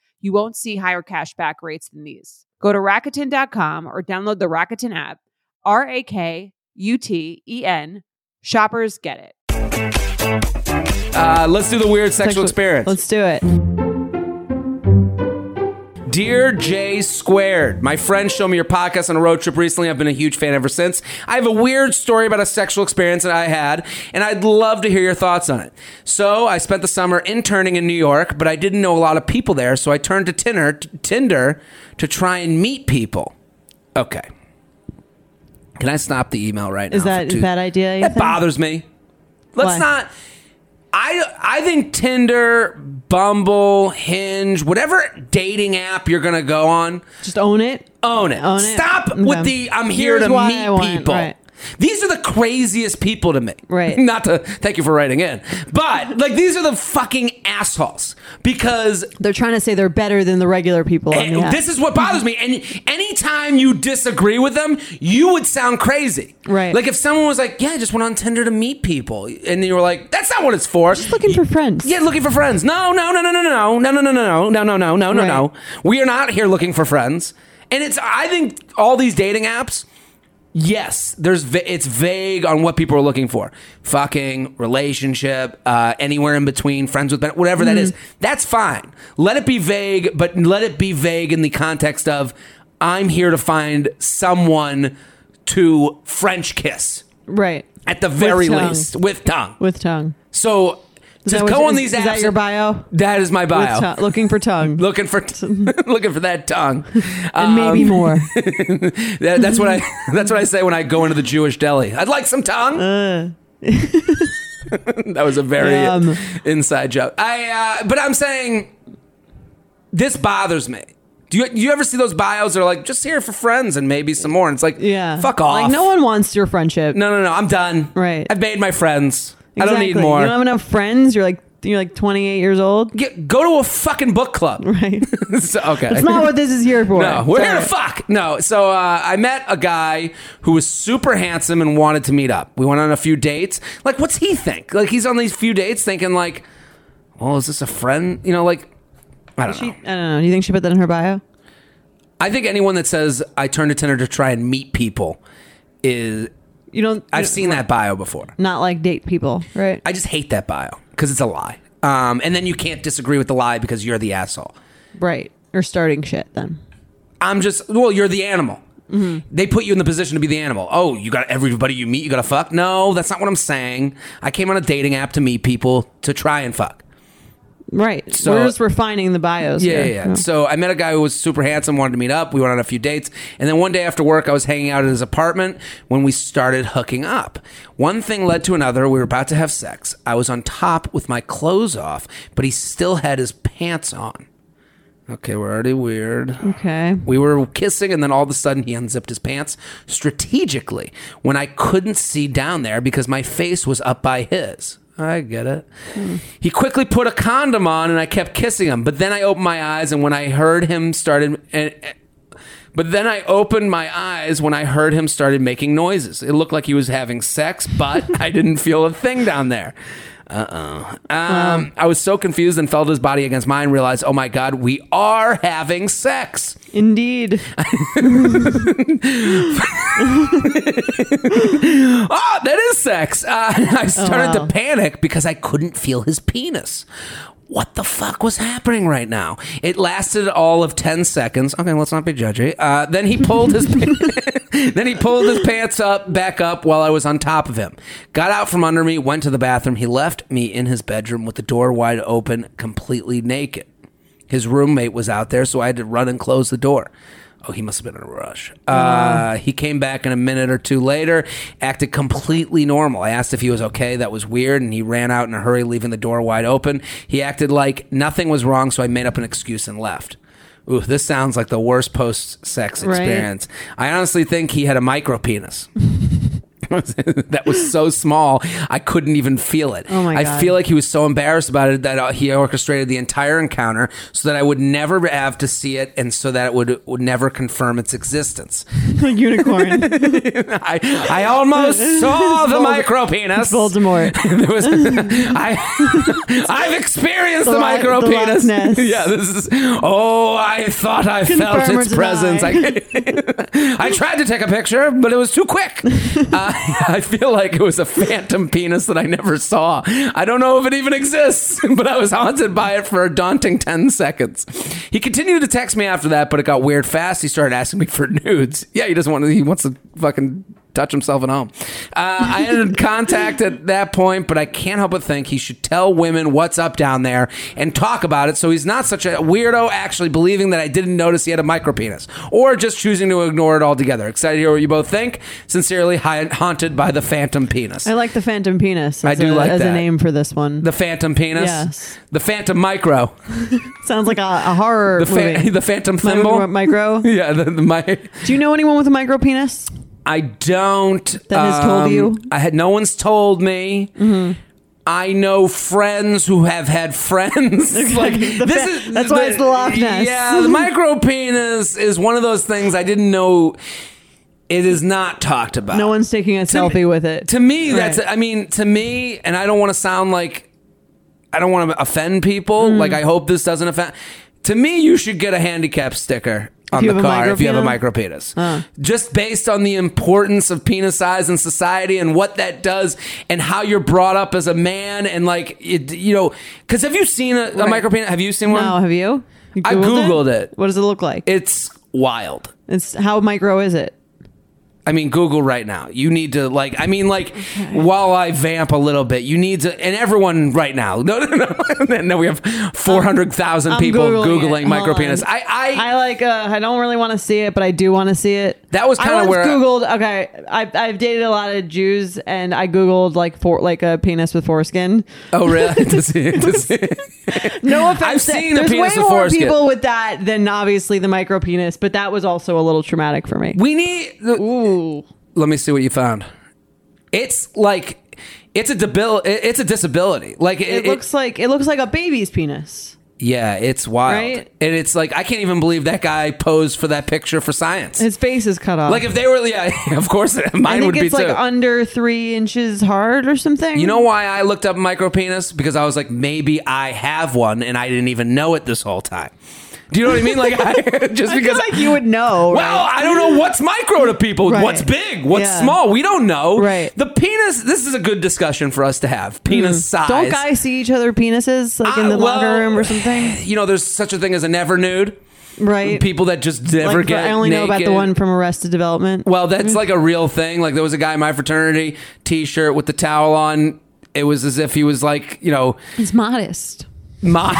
S3: You won't see higher cash back rates than these. Go to Rakuten.com or download the Rakuten app. R A K U T E N. Shoppers get it.
S2: Uh, let's do the weird sexual
S1: Sexual-
S2: experience.
S1: Let's do it.
S2: Dear J Squared, my friend showed me your podcast on a road trip recently. I've been a huge fan ever since. I have a weird story about a sexual experience that I had, and I'd love to hear your thoughts on it. So, I spent the summer interning in New York, but I didn't know a lot of people there, so I turned to Tinder, Tinder to try and meet people. Okay. Can I stop the email right now?
S1: Is that
S2: for two-
S1: bad idea?
S2: That
S1: Ethan?
S2: bothers me. Let's
S1: Why?
S2: not. I I think Tinder, Bumble, Hinge, whatever dating app you're gonna go on,
S1: Just own it.
S2: own it.
S1: Own it.
S2: Stop with
S1: Okay.
S2: the I'm here
S1: Here's
S2: to
S1: what
S2: meet
S1: I want,"
S2: people.
S1: right.
S2: These are the craziest people to me.
S1: Right.
S2: Not to thank you for writing in, but like these are the fucking assholes because
S1: They're trying to say they're better than the regular people. on the
S2: and
S1: app.
S2: Eh, this is what bothers me. And anytime you disagree with them, you would sound crazy.
S1: Right.
S2: Like if someone was like, Yeah, I just went on Tinder to meet people. And you were like, That's not what it's for. Just
S1: looking for friends.
S2: Yeah, looking for friends. No, no, no, no, no, no, no, no, no, no, no, no, no, no, no, no, no.
S1: Right.
S2: We are not here looking for friends. And it's I think all these dating apps Yes, there's va- it's vague on what people are looking for. Fucking relationship, uh, anywhere in between, friends with ben- whatever
S1: Mm-hmm.
S2: that is. That's fine. Let it be vague, but let it be vague in the context of I'm here to find someone to French kiss
S1: Right.
S2: at the very
S1: tongue.
S2: least with tongue.
S1: With tongue.
S2: So
S1: Is
S2: just
S1: that what-
S2: go on
S1: is-
S2: these apps.
S1: Is that your
S2: and-
S1: bio?
S2: That is my
S1: With
S2: bio.
S1: tongue- looking for tongue.
S2: Looking for looking for that tongue.
S1: and
S2: Um,
S1: maybe more.
S2: That, that's what I. That's what I say when I go into the Jewish deli. I'd like some tongue. that was a very
S1: Uh. Yum.
S2: inside joke. I. Uh, but I'm saying, this bothers me. Do you, you ever see those bios that are like just here for friends and maybe some more? And it's like,
S1: Yeah.
S2: fuck off.
S1: Like no one wants your friendship.
S2: no, no, no. I'm done.
S1: Right.
S2: I've made my friends. I don't need
S1: Exactly.
S2: more.
S1: You don't have enough friends. You're like you're like 28 years old.
S2: Get, go to a fucking book club.
S1: Right.
S2: So- okay.
S1: That's not what this is here for.
S2: No, we're here to
S1: Sorry.
S2: fuck. No, so uh, I met a guy who was super handsome and wanted to meet up. We went on a few dates. Like, what's he think? Like, he's on these few dates thinking, like, well, is this a friend? You know, like, I don't know.
S1: I don't know. Do you think she put that in her bio?
S2: I think anyone that says I turn to Tinder to try and meet people is
S1: You don't.
S2: I've seen that bio before.
S1: Not like date people, right?
S2: I just hate that bio because it's a lie. Um, and then you can't disagree with the lie because you're the asshole.
S1: right. Or starting shit then.
S2: I'm just well, you're the animal. They put you in the position to be the animal. Oh, you got everybody you meet, you got to fuck. No, that's not what I'm saying. I came on a dating app to meet people to try and fuck.
S1: Right.
S2: So-
S1: we're just refining the bios.
S2: Yeah,
S1: here.
S2: yeah. yeah. So I met a guy who was super handsome, wanted to meet up. We went on a few dates, and then one day after work, I was hanging out at his apartment when we started hooking up. One thing led to another. We were about to have sex. I was on top with my clothes off, but he still had his pants on. Okay, we're already weird.
S1: Oh, Okay.
S2: We were kissing, and then all of a sudden he unzipped his pants strategically when I couldn't see down there because my face was up by his. I get it. He quickly put a condom on, and I kept kissing him. But then I opened my eyes, and when I heard him started, and, but then I opened my eyes when I heard him started making noises. It looked like he was having sex, but I didn't feel a thing down there. Uh oh. Um, I was so confused and felt his body against mine. Realized, oh my god, we are having sex.
S1: Indeed.
S2: Oh, that is sex. Uh, I started
S1: wow.
S2: to panic because I couldn't feel his penis. what the fuck was happening right now? It lasted all of 10 seconds. Okay, let's not be judgy. Uh, then he pulled his then he pulled his pants up back up while I was on top of him. Got out from under me, went to the bathroom. He left me in his bedroom with the door wide open, completely naked. His roommate was out there, so I had to run and close the door. Oh, he must have been in a rush. Uh, he came back in a minute or two later, acted completely normal. I asked if he was okay. That was weird. And he ran out in a hurry, leaving the door wide open. He acted like nothing was wrong, so I made up an excuse and left. Ooh, this sounds like the worst post sex
S1: Right.
S2: experience. I honestly think he had a micro penis. that was so small, I couldn't even feel it.
S1: Oh my
S2: I
S1: God.
S2: feel like he was so embarrassed about it that uh, he orchestrated the entire encounter so that I would never have to see it, and so that it would, would never confirm its existence.
S1: unicorn.
S2: I, I almost saw the micro penis.
S1: Voldemort.
S2: There was, I, I've experienced the,
S1: The Lo-
S2: micro
S1: the Loch
S2: penis.
S1: Ness.
S2: yeah, this is. Oh, I thought I felt
S1: Confirm or
S2: its presence. I, I tried to take a picture, but it was too quick. Uh, I feel like it was a phantom penis that I never saw. I don't know if it even exists, but I was haunted by it for a daunting 10 seconds. He continued to text me after that, but it got weird fast. He started asking me for nudes. Yeah, he doesn't want to, he wants to fucking touch himself at home. Uh, I ended contact at that point, but I can't help but think he should tell women what's up down there and talk about it so he's not such a weirdo actually believing that I didn't notice he had a micro penis or just choosing to ignore it altogether. Excited to hear what you both think. Sincerely, hi- haunted by the phantom penis.
S1: I like the phantom penis. As
S2: I do
S1: a,
S2: like
S1: as
S2: that.
S1: a name for this one.
S2: the phantom penis.
S1: Yes.
S2: The phantom micro.
S1: Sounds like a, a horror
S2: The,
S1: movie.
S2: fa- the phantom
S1: Mi-
S2: thimble.
S1: micro.
S2: yeah, the, the, my
S1: Do you know anyone with a micro penis?
S2: I don't. um,
S1: That has told you?
S2: I had no one's told me. Mm-hmm. I know friends who have had friends. like
S1: The
S2: this
S1: fa-
S2: is
S1: that's why it's the Loch Ness.
S2: Yeah, the micro penis is one of those things I didn't know. It is not talked about.
S1: No one's taking a selfie with it.
S2: To me, that's.
S1: Right.
S2: I mean, to me, and I don't want to sound like I don't want to offend people.
S1: Mm.
S2: Like I hope this doesn't offend. To me, you should get a handicap sticker on
S1: you
S2: the
S1: have a
S2: car if you have a
S1: micropenis?
S2: micro penis, just based on the importance of penis size in society and what that does and how you're brought up as a man and like it, you know. Because have you seen a, a micro penis? Have you seen one?
S1: No, have you? You
S2: I Googled it.
S1: What does it look like?
S2: It's wild.
S1: it's how micro is it?
S2: I mean, Google right now. You need to like. I mean, like while I vamp a little bit, you need to. And everyone right now. No, no, no. And then we have four hundred thousand
S1: Um, I'm
S2: people
S1: Googling it.
S2: googling,
S1: Hold
S2: micro micropenis.
S1: on.
S2: I, I,
S1: I like. Uh, I don't really want to see it, but I do want to see it.
S2: That was
S1: I
S2: kinda
S1: once
S2: where-
S1: Googled. Okay, I've, I've dated a lot of Jews, and I Googled like for like a penis with foreskin.
S2: Oh really? To see- to see-
S1: No offense.
S2: I've
S1: to-
S2: seen a
S1: There's
S2: penis
S1: way
S2: with
S1: more
S2: foreskin.
S1: people with that than obviously the micro penis, but that was also a little traumatic for me.
S2: we need.
S1: Ooh.
S2: Let me see what you found. It's like it's a debil. It's a disability. Like it,
S1: It, looks like it looks like a baby's penis.
S2: yeah, it's wild.
S1: Right?
S2: And it's like I can't even believe that guy posed for that picture for science.
S1: His face is cut off.
S2: like if they were, yeah, of course,
S1: I
S2: mine
S1: think
S2: would be
S1: it's like
S2: too.
S1: under three inches hard or something.
S2: You know why I looked up micro penis? Because I was like, maybe I have one, and I didn't even know it this whole time. Do you know what I mean? Like, I, just
S1: I feel
S2: because.
S1: like you would know. right?
S2: well, I don't know what's micro to people.
S1: Right.
S2: What's big? What's
S1: Yeah.
S2: small? We don't know.
S1: Right. Hmm.
S2: The penis. This is a good discussion for us to have. Penis size.
S1: Don't guys see each other penises like
S2: I-
S1: in the
S2: well,
S1: locker room or something?
S2: You know, there's such a thing as a never nude.
S1: Right.
S2: People that just never
S1: Like,
S2: get.
S1: I only know about the
S2: naked.
S1: one Hmm. from Arrested Development.
S2: Well, that's like a real thing. Like there was a guy in my fraternity, t-shirt with the towel on. It was as if he was like, you know,
S1: He's modest.
S2: My,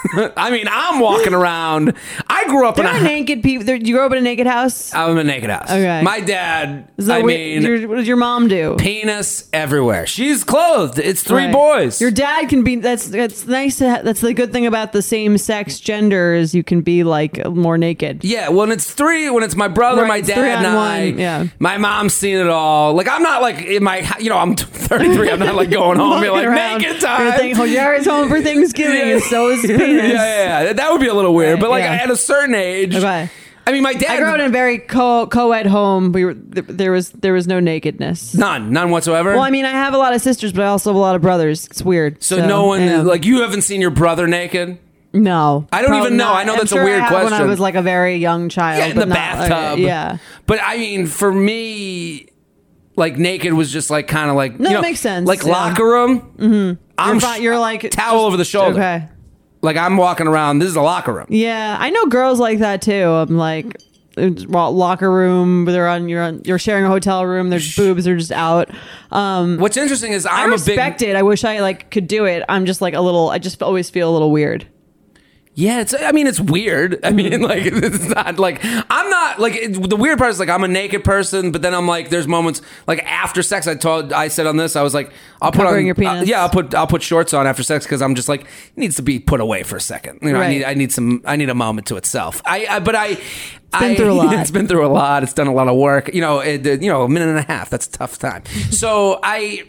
S2: I mean, I'm walking around. I grew up
S1: There
S2: in
S1: are
S2: a.
S1: naked people. There, you grow up in a naked house.
S2: I'm in a naked house.
S1: Okay.
S2: My dad.
S1: Is that
S2: I
S1: what,
S2: mean,
S1: your, what does your mom do?
S2: penis everywhere. She's clothed. It's three
S1: Right.
S2: boys.
S1: Your dad can be. That's that's nice. To ha- that's the good thing about the same sex gender is you can be like more naked.
S2: yeah, when it's three, when it's my brother,
S1: Right,
S2: my
S1: it's three
S2: dad,
S1: on
S2: and I,
S1: one, yeah.
S2: my mom's seen it all. Like I'm not like in my, you know, I'm 33. I'm not like going home and be like
S1: Walking around,
S2: naked
S1: you're gonna
S2: time.
S1: Think, oh, Jared's home for Thanksgiving, and so is
S2: yeah,
S1: penis.
S2: yeah, yeah. That would be a little weird.
S1: Right,
S2: but like
S1: yeah.
S2: at a certain age,
S1: Okay.
S2: I mean, my dad.
S1: I grew up in a very co co-ed home. We were th- there was there was no nakedness.
S2: none, none whatsoever.
S1: Well, I mean, I have a lot of sisters, but I also have a lot of brothers. It's weird.
S2: so, no one
S1: yeah.
S2: like you haven't seen your brother naked.
S1: no.
S2: I don't
S1: Probably
S2: even know.
S1: not.
S2: I know
S1: I'm
S2: that's a
S1: sure
S2: weird
S1: I have When I
S2: question.
S1: was like a very young child,
S2: yeah, in
S1: but
S2: the
S1: not-
S2: bathtub.
S1: okay, yeah.
S2: But I mean, for me, like naked was just like kind of like
S1: No,
S2: you
S1: it
S2: know,
S1: makes sense,
S2: Like
S1: yeah.
S2: locker room. Mm-hmm. I'm
S1: You're fi-
S2: sh-
S1: you're like
S2: towel over the shoulder.
S1: Okay.
S2: Like I'm walking around. This is a locker room.
S1: Yeah, I know girls like that too. I'm like it's lo- locker room. They're on you're on, you're sharing a hotel room. Their boobs are just out. Um,
S2: What's interesting is
S1: I
S2: I'm a big
S1: respect it. I wish I like could do it. I'm just like a little. I just always feel a little weird.
S2: Yeah, it's. I mean, it's weird. I mean, like it's not like I'm not like it, the weird part is like I'm a naked person, but then I'm like there's moments like after sex. I told I said on this I was like I'll put
S1: Covering
S2: on
S1: your penis.
S2: uh, yeah I'll put I'll put shorts on after sex because I'm just like it needs to be put away for a second. You know I
S1: Right.
S2: need I need some I need a moment to itself. I, I but I. I,
S1: been through a lot.
S2: It's been through a lot. It's done a lot of work. You know, it, you know, a minute and a half. That's a tough time. So I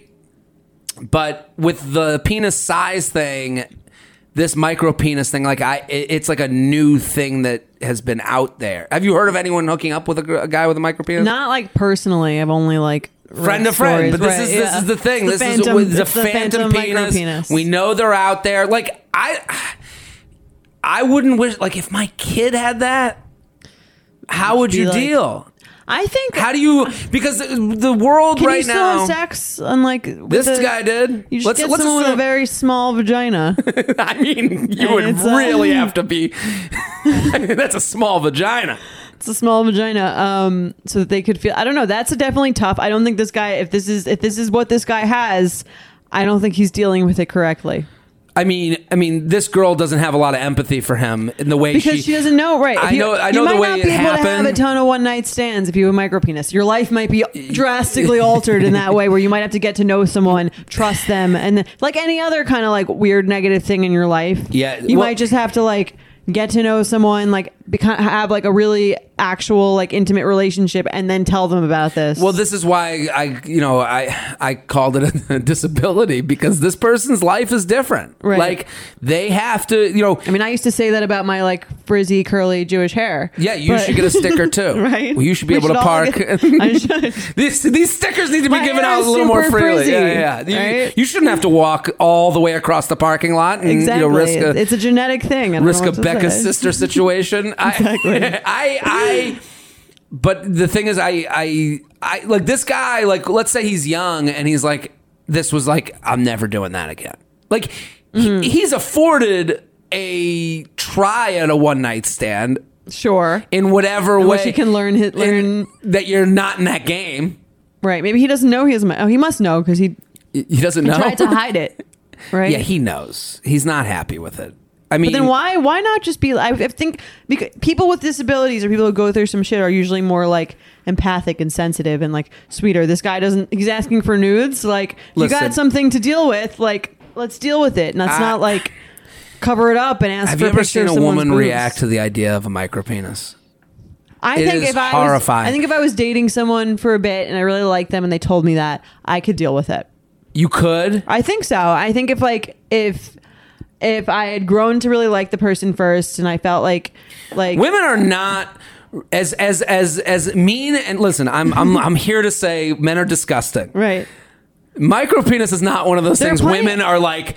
S2: but with the penis size thing this micro penis thing like i it- it's like a new thing that has been out there have you heard of anyone hooking up with a, gr- a guy with a micro penis
S1: Not like personally. I've only like read
S2: friend to friend
S1: stories.
S2: but this
S1: Right,
S2: is this
S1: yeah.
S2: is the thing
S1: It's
S2: this
S1: the
S2: is
S1: phantom-
S2: with the
S1: it's the
S2: phantom,
S1: micro
S2: penis. we know they're out there like i i wouldn't wish like if my kid had that how would
S1: Be
S2: you
S1: like-
S2: deal
S1: I think.
S2: how do you because the, the world
S1: can
S2: right
S1: you still
S2: now
S1: have sex? Unlike
S2: this guy did
S1: You just
S2: Let's-
S1: get
S2: let's
S1: someone with a
S2: assume-
S1: very small vagina.
S2: I mean, you
S1: And
S2: would
S1: it's, uh,
S2: really have to be. I mean, that's a small vagina.
S1: it's a small vagina um so that they could feel i don't know that's definitely tough i don't think this guy if this is if this is what this guy has i don't think he's dealing with it correctly
S2: I mean, I mean, this girl doesn't have a lot of empathy for him in the way
S1: because she, doesn't know right If
S2: I know- I know
S1: you
S2: the
S1: might
S2: way
S1: not
S2: it
S1: be able to have a
S2: happened.
S1: ton of one night stands if you have a micro penis your life might be drastically altered in that way where you might have to get to know someone trust them and then, like any other kind of like weird negative thing in your life
S2: Yeah,
S1: you
S2: well-
S1: might just have to like get to know someone like become, have like a really actual like intimate relationship and then tell them about this
S2: Well, this is why I, you know, I I called it a disability because this person's life is different.
S1: Right.
S2: Like they have to, you know.
S1: I mean, I used to say that about my like frizzy, curly Jewish hair.
S2: Yeah, you
S1: But-
S2: should get a sticker too.
S1: right?
S2: Well, you should be
S1: We
S2: able to
S1: all
S2: park.
S1: get- I should.
S2: These these stickers need to be
S1: My
S2: given
S1: hair
S2: out a
S1: is
S2: little more
S1: super
S2: freely.
S1: frizzy,
S2: yeah, yeah. You,
S1: right?
S2: you shouldn't have to walk all the way across the parking lot and
S1: Exactly.
S2: you know, risk a,
S1: it's a genetic thing. I don't
S2: risk
S1: know
S2: a
S1: what to
S2: Becca's
S1: say.
S2: sister situation. I, I, I, but the thing is, I, I, I, like this guy, like, let's say he's young and he's like, this was like, I'm never doing that again. Like, he-
S1: Mm-hmm.
S2: he's afforded a try at a one night stand
S1: Sure.
S2: in whatever way
S1: which he can learn his-
S2: in-
S1: learn-
S2: that you're not in that game.
S1: Right. Maybe he doesn't know he has. mi- Oh, he must know because he
S2: He he doesn't know.
S1: tried to hide it. Right.
S2: yeah, he knows. He's not happy with it. I mean,
S1: But then why why not just be? I I think because people with disabilities or people who go through some shit are usually more like empathic and sensitive and like sweeter. This guy doesn't. He's asking for nudes. Like you
S2: Listen.
S1: got something to deal with. Like let's deal with it. And let's
S2: I-
S1: not like cover it up and ask
S2: Have
S1: for
S2: you
S1: a
S2: ever
S1: picture
S2: seen
S1: of
S2: a
S1: someone's
S2: woman
S1: boobs.
S2: react to the idea of a micropenis?
S1: I
S2: It
S1: think
S2: is
S1: if I
S2: horrifying.
S1: Was, I think if I was dating someone for a bit and I really liked them and they told me that, I could deal with it.
S2: You could.
S1: I think so. I think if like if if I had grown to really like the person first and I felt like like
S2: Women are not as as as as mean and listen, I'm I'm I'm here to say men are disgusting.
S1: right.
S2: Micropenis is not one of those
S1: They're
S2: things
S1: playing-
S2: women are like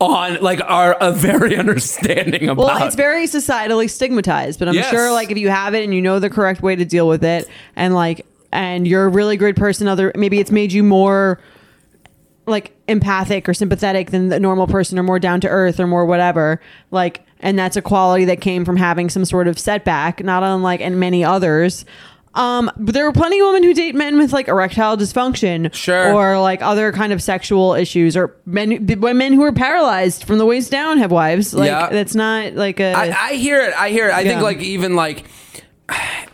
S2: on like are a very understanding about.
S1: Well, it's very societally stigmatized, but I'm
S2: Yes.
S1: sure like if you have it and you know the correct way to deal with it and like and you're a really good person other maybe it's made you more like empathic or sympathetic than the normal person or more down to earth or more whatever like and that's a quality that came from having some sort of setback not unlike and many others um but there are plenty of women who date men with like erectile dysfunction
S2: Sure.
S1: or like other kind of sexual issues or men men who are paralyzed from the waist down have wives like
S2: Yeah.
S1: that's not like a
S2: I, I hear it. I hear it. I think
S1: Yeah.
S2: like even like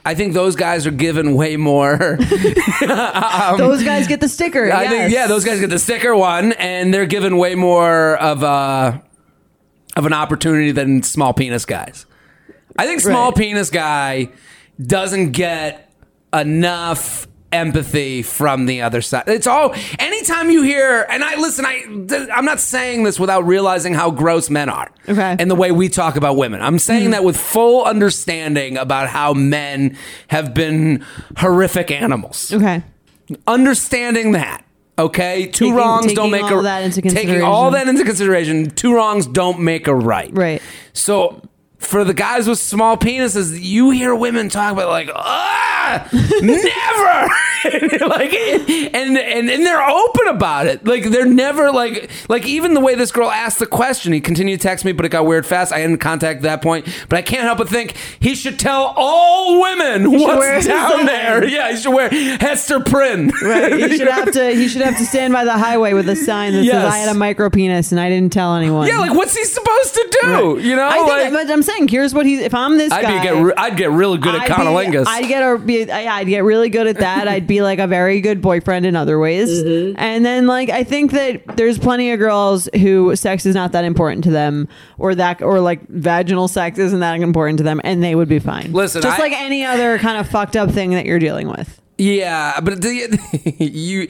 S2: I think those guys are given way more
S1: those guys get the sticker
S2: um, I think yeah, those guys get the sticker one, and they're given way more of a of an opportunity than small penis guys. I think small
S1: Right.
S2: penis guy doesn't get enough empathy from the other side. It's all anytime you hear and I listen I th- I'm not saying this without realizing how gross men are.
S1: Okay. Mm-hmm.
S2: And the way we talk about women. I'm saying that with full understanding about how men have been horrific animals
S1: okay
S2: understanding that. Okay, two
S1: Taking-
S2: wrongs don't
S1: taking
S2: make
S1: all
S2: a
S1: that into
S2: taking all
S1: consideration.
S2: that into consideration. Two wrongs don't make a right.
S1: Right.
S2: So for the guys with small penises, you hear women talk about like, ah, never, like, and and and they're open about it. Like they're never like like even the way this girl asked the question. He continued to text me, but it got weird fast. I hadn't contacted that point, but I can't help but think he should tell all women
S1: wear
S2: what's
S1: his
S2: down
S1: sign.
S2: there. Yeah, he should wear Hester Prynne.
S1: He should have to. He should have to stand by the highway with a sign that says,
S2: Yes.
S1: "I had a micro penis and I didn't tell anyone."
S2: Yeah, like what's he supposed to do? You know,
S1: I think,
S2: like
S1: but I'm saying here's what he's. If I'm this
S2: I'd
S1: guy,
S2: be get re- I'd get really good at
S1: I'd, be,
S2: conolingus.
S1: I'd get a, be, I- I'd get really good at that. I'd be like a very good boyfriend in other ways. And then like I think that there's plenty of girls who sex is not that important to them, or that or like vaginal sex isn't that important to them, and they would be fine.
S2: Listen,
S1: just
S2: I-
S1: like any other kind of fucked up thing that you're dealing with.
S2: Yeah, but do you, you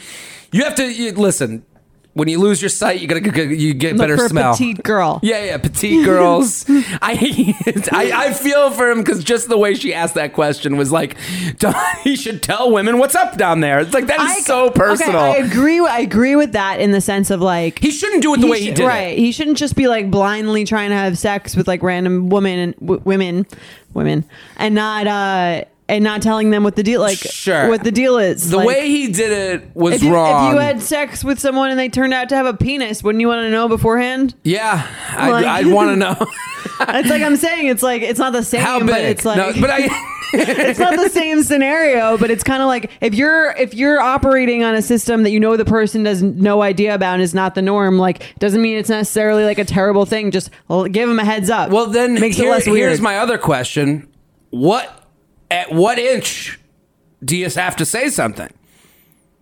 S2: you have to you, listen. When you lose your sight, you gotta g- g- you get
S1: Look
S2: better
S1: for
S2: smell.
S1: a petite girl.
S2: Yeah, yeah, petite girls. I, I I feel for him because just the way she asked that question was like, "Don- he should tell women what's up down there. It's like that is
S1: I-
S2: so
S1: okay,
S2: personal.
S1: I agree. I agree with that in the sense of like
S2: he shouldn't do it the way he
S1: should-
S2: did
S1: right.
S2: it.
S1: He shouldn't just be like blindly trying to have sex with like random women and w- women, women, and not uh and not telling them what the deal like
S2: Sure.
S1: what the deal is.
S2: The
S1: Like,
S2: way he did it was
S1: if you,
S2: wrong.
S1: if you had sex with someone and they turned out to have a penis, wouldn't you want to know beforehand?
S2: yeah, I'd,
S1: Like-
S2: I'd want to know
S1: It's like I'm saying, it's like it's not the same,
S2: how big.
S1: but it's like
S2: no, but I.
S1: it's not the same scenario, but it's kind of like if you're if you're operating on a system that you know the person has no idea about and is not the norm, like doesn't mean it's necessarily like a terrible thing. Just l- give them a heads up.
S2: Well, then
S1: makes
S2: here-
S1: it less weird.
S2: here's my other question: What at what inch do you have to say something?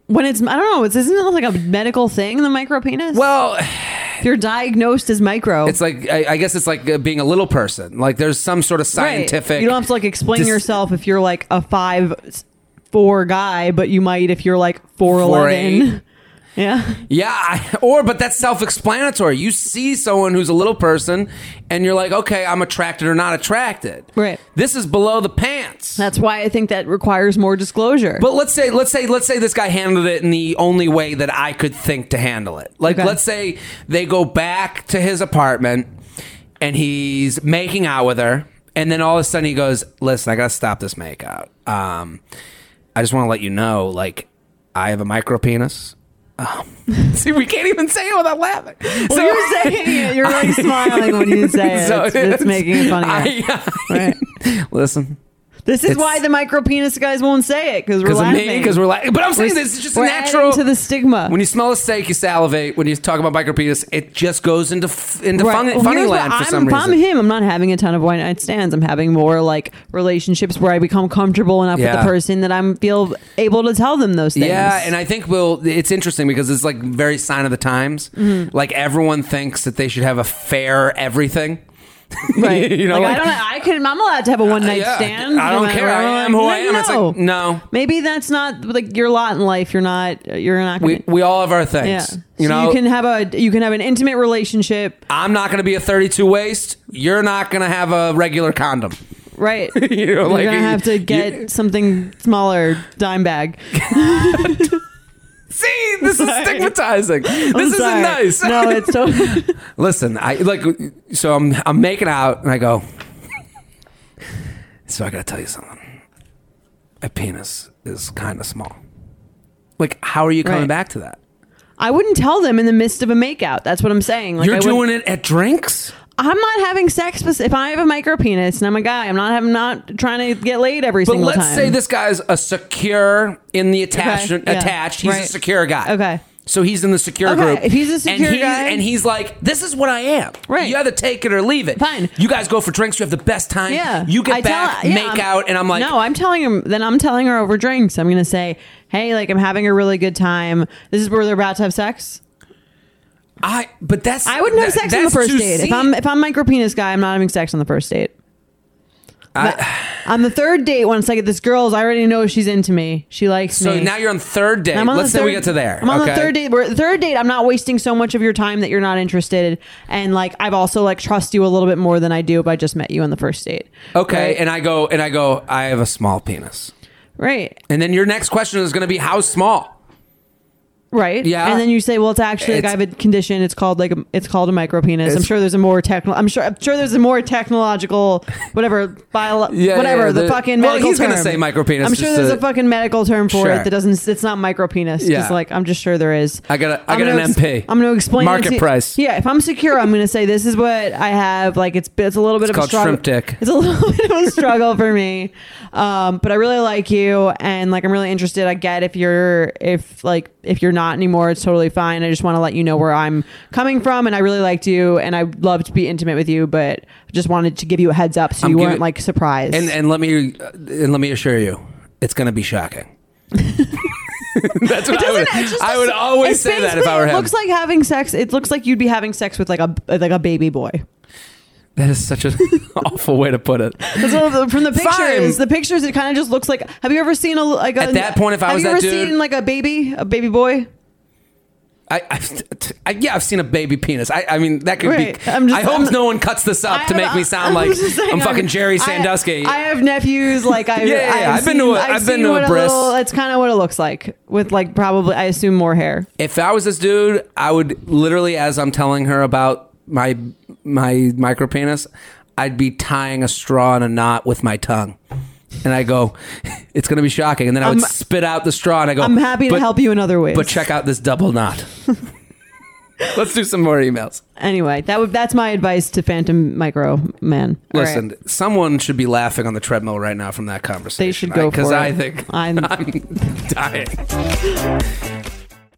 S1: when it's I don't know, it's isn't it like a medical thing the micro penis?
S2: Well,
S1: if you're diagnosed as micro,
S2: it's like I, I guess it's like uh, being a little person. Like there's some sort of
S1: right.
S2: scientific.
S1: You don't have to like explain
S2: dis-
S1: yourself if you're like a five s- four guy, but you might if you're like four
S2: Four, eight.
S1: eleven. Yeah.
S2: Yeah, I, or but that's self-explanatory. You see someone who's a little person, and you're like, okay, I'm attracted or not attracted.
S1: Right.
S2: This is below the pants.
S1: That's why I think that requires more disclosure.
S2: But let's say let's say let's say this guy handled it in the only way that I could think to handle it. Like
S1: Okay.
S2: let's say they go back to his apartment and he's making out with her and then all of a sudden he goes, "Listen, I got to stop this makeout. Um I just want to let you know like I have a micro penis." Um, see, we can't even say it without laughing.
S1: Well, you're saying it. You're like smiling when you say it.
S2: So
S1: it's, it's making it funny.
S2: I-
S1: Right.
S2: Listen,
S1: This is
S2: It's-
S1: why the micro penis guys won't say it because we're
S2: because of
S1: laughing.
S2: me, because we're like, but I'm saying this is just a
S1: we're
S2: natural
S1: adding to the stigma.
S2: When you smell a steak, you salivate. When you talk about micropenis, it just goes into f- into
S1: Right.
S2: fun-
S1: Well,
S2: funny
S1: here's what
S2: land for
S1: I'm,
S2: some
S1: if
S2: reason.
S1: I'm him. I'm not having a ton of one night stands. I'm having more like relationships where I become comfortable enough with
S2: Yeah.
S1: the person that I'm feel able to tell them those things.
S2: Yeah, and I think we'll. It's interesting because it's like very sign of the times.
S1: Mm-hmm.
S2: Like everyone thinks that they should have a fair everything.
S1: right.
S2: you know,
S1: like,
S2: like-
S1: I don't. I could. I'm allowed to have a one night
S2: yeah,
S1: stand.
S2: I
S1: no
S2: don't
S1: matter
S2: care.
S1: what.
S2: I
S1: I'm
S2: am who I am. It's like,
S1: no.
S2: no.
S1: Maybe that's not like your lot in life. You're not. You're not. Gonna,
S2: We we all have our
S1: Yeah.
S2: things. You
S1: so
S2: know,
S1: you can have a you can have an intimate relationship,
S2: I'm not going to be a 32 waist. You're not going to have a regular condom.
S1: right?
S2: You know,
S1: You're
S2: like,
S1: gonna have to
S2: you-
S1: get something smaller, dime bag.
S2: See, this is
S1: Sorry.
S2: stigmatizing.
S1: I'm
S2: This isn't
S1: sorry.
S2: nice.
S1: No, it's so.
S2: Listen, I like so I'm I'm making out and I go So I gotta tell you something. A penis is kinda small. Like how are you coming
S1: Right.
S2: back to that?
S1: I wouldn't tell them in the midst of a makeout. That's what I'm saying. Like,
S2: You're
S1: I wouldn't-
S2: doing it at drinks?
S1: I'm not having sex. spec- If I have a micro penis and I'm a guy, I'm not. I'm not trying to get laid every
S2: But
S1: single
S2: let's
S1: time.
S2: say this guy's a secure in the attachment
S1: yeah,
S2: attached. He's a
S1: right.
S2: secure guy.
S1: Okay.
S2: So he's in the secure
S1: Okay,
S2: group.
S1: if he's a secure
S2: and he's,
S1: guy-
S2: and he's like, "This is what I am.
S1: Right.
S2: You either take it or leave it.
S1: Fine.
S2: You guys go for drinks. You have the best time.
S1: Yeah.
S2: You get
S1: I tell-
S2: back,
S1: yeah,
S2: make out, and I'm like,
S1: no, I'm telling him. Then I'm telling her over drinks. I'm going to say, hey, like I'm having a really good time. This is where they're about to have sex.
S2: I but that's
S1: I wouldn't have
S2: that-
S1: sex on the
S2: that's
S1: first
S2: too
S1: date.
S2: se-
S1: If I'm if I'm micro penis guy, I'm not having sex on the first date. But on the third date, once I get this girl's, I already know she's into me. She likes
S2: so
S1: me.
S2: now you're on third date.
S1: I'm on
S2: Let's
S1: the
S2: say we
S1: third-
S2: get to there.
S1: I'm on
S2: okay?
S1: the third date. We're, third date, I'm not wasting so much of your time that you're not interested, and like I've also like trust you a little bit more than I do if I just met you on the first date.
S2: Okay,
S1: Right?
S2: and I go and I go. I have a small penis,
S1: right.
S2: and then your next question is going to be how small.
S1: Right.
S2: Yeah.
S1: And then you say, well, it's actually like I
S2: It's-
S1: have a condition. It's called like a, it's called a micro penis. I'm
S2: It's-
S1: sure there's a more techno. I'm sure I'm sure there's a more technological whatever bio
S2: Yeah,
S1: whatever
S2: yeah,
S1: the,
S2: the-
S1: fucking
S2: Well,
S1: medical
S2: he's
S1: term.
S2: gonna say micro penis
S1: I'm sure
S2: just
S1: there's
S2: to-
S1: a fucking medical term for
S2: Sure.
S1: it that doesn't. It's not micro penis.
S2: Yeah.
S1: Just like I'm just sure there is.
S2: I got a- I
S1: I'm
S2: got
S1: gonna
S2: an
S1: ex-
S2: MP.
S1: I'm gonna explain it
S2: Market
S1: to-
S2: price.
S1: Yeah. If I'm secure, I'm gonna say this is what I have. Like it's it's a little bit
S2: It's
S1: of a
S2: called
S1: struggle.
S2: shrimp dick.
S1: It's a little bit of a struggle for me, um, but I really like you, and like I'm really interested. I get if you're if like if you're not anymore, it's totally fine. I just want to let you know where I'm coming from, and I really liked you, and I would love to be intimate with you, but I just wanted to give you a heads up so
S2: I'm
S1: you
S2: giving-
S1: weren't like surprised.
S2: And and let me and let me assure you, it's gonna be shocking. That's what I would.
S1: It's just-
S2: I would always
S1: it's
S2: say that if
S1: basically-
S2: I were
S1: It
S2: him.
S1: looks like having sex. It looks like you'd be having sex with like a like a baby boy.
S2: that is such an awful way to put it.
S1: That's one of the- from the pictures,
S2: Fine.
S1: the pictures, it kind of just looks like. Have you ever seen a like a,
S2: At that point, if I
S1: have
S2: was
S1: you
S2: that
S1: ever
S2: dude-
S1: seen like a baby, a baby boy?
S2: I, I've, t- I yeah, I've seen a baby penis. I, I mean, that could
S1: Right.
S2: be.
S1: I'm just-
S2: I hope
S1: I'm-
S2: no one cuts this up to
S1: I-
S2: make me sound like
S1: just saying,
S2: I'm fucking
S1: I-
S2: Jerry Sandusky.
S1: I, I have nephews. Like I,
S2: Yeah, yeah, yeah. I've been to a-
S1: I've,
S2: I've been
S1: seen
S2: to a
S1: what
S2: bris.
S1: little- That's kind of what it looks like with like probably I assume more hair.
S2: if I was this dude, I would literally, as I'm telling her about my my micro penis, I'd be tying a straw in a knot with my tongue, and I go, "It's gonna be shocking," and then I would
S1: I'm-
S2: spit out the straw, and I go,
S1: I'm happy to
S2: "But-
S1: help you in other ways.
S2: But check out this double knot. Let's do some more emails.
S1: anyway, that would that's my advice to Phantom Micro Man.
S2: Listen, someone should be laughing on the treadmill right now from that conversation.
S1: They should go
S2: because
S1: for
S2: I
S1: it.
S2: think
S1: I'm-
S2: I'm dying.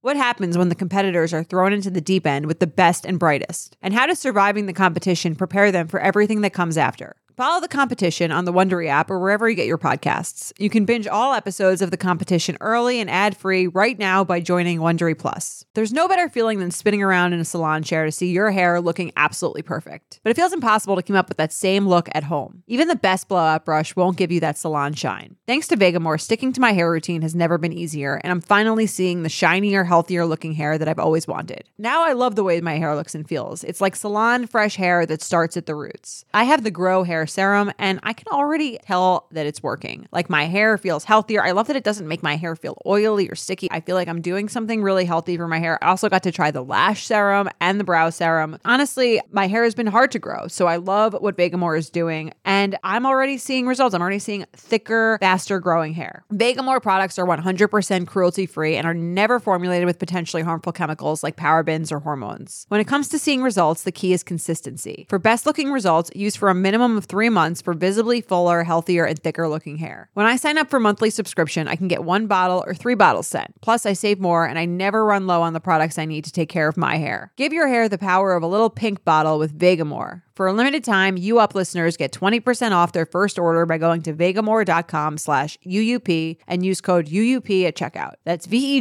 S3: What happens when the competitors are thrown into the deep end with the best and brightest? And how does surviving the competition prepare them for everything that comes after? Follow the competition on the Wondery app or wherever you get your podcasts. You can binge all episodes of the competition early and ad-free right now by joining Wondery Plus. There's no better feeling than spinning around in a salon chair to see your hair looking absolutely perfect. But it feels impossible to keep up with that same look at home. Even the best blowout brush won't give you that salon shine. Thanks to Vegamore, sticking to my hair routine has never been easier, and I'm finally seeing the shinier, healthier looking hair that I've always wanted. Now I love the way my hair looks and feels. It's like salon fresh hair that starts at the roots. I have the Grow Hair Serum, and I can already tell that it's working. Like my hair feels healthier. I love that it doesn't make my hair feel oily or sticky. I feel like I'm doing something really healthy for my hair. I also got to try the lash serum and the brow serum. Honestly, my hair has been hard to grow, so I love what Vegamore is doing, and I'm already seeing results. I'm already seeing thicker, faster growing hair. Vegamore products are 100% cruelty free and are never formulated with potentially harmful chemicals like parabens or hormones. When it comes to seeing results, the key is consistency. For best looking results, use for a minimum of three months for visibly fuller, healthier, and thicker looking hair. When I sign up for monthly subscription, I can get one bottle or three bottles sent. Plus, I save more and I never run low on the products I need to take care of my hair. Give your hair the power of a little pink bottle with Vegamore. For a limited time, you up listeners get 20% off their first order by going to vegamore.com slash UUP and use code UUP at checkout. That's E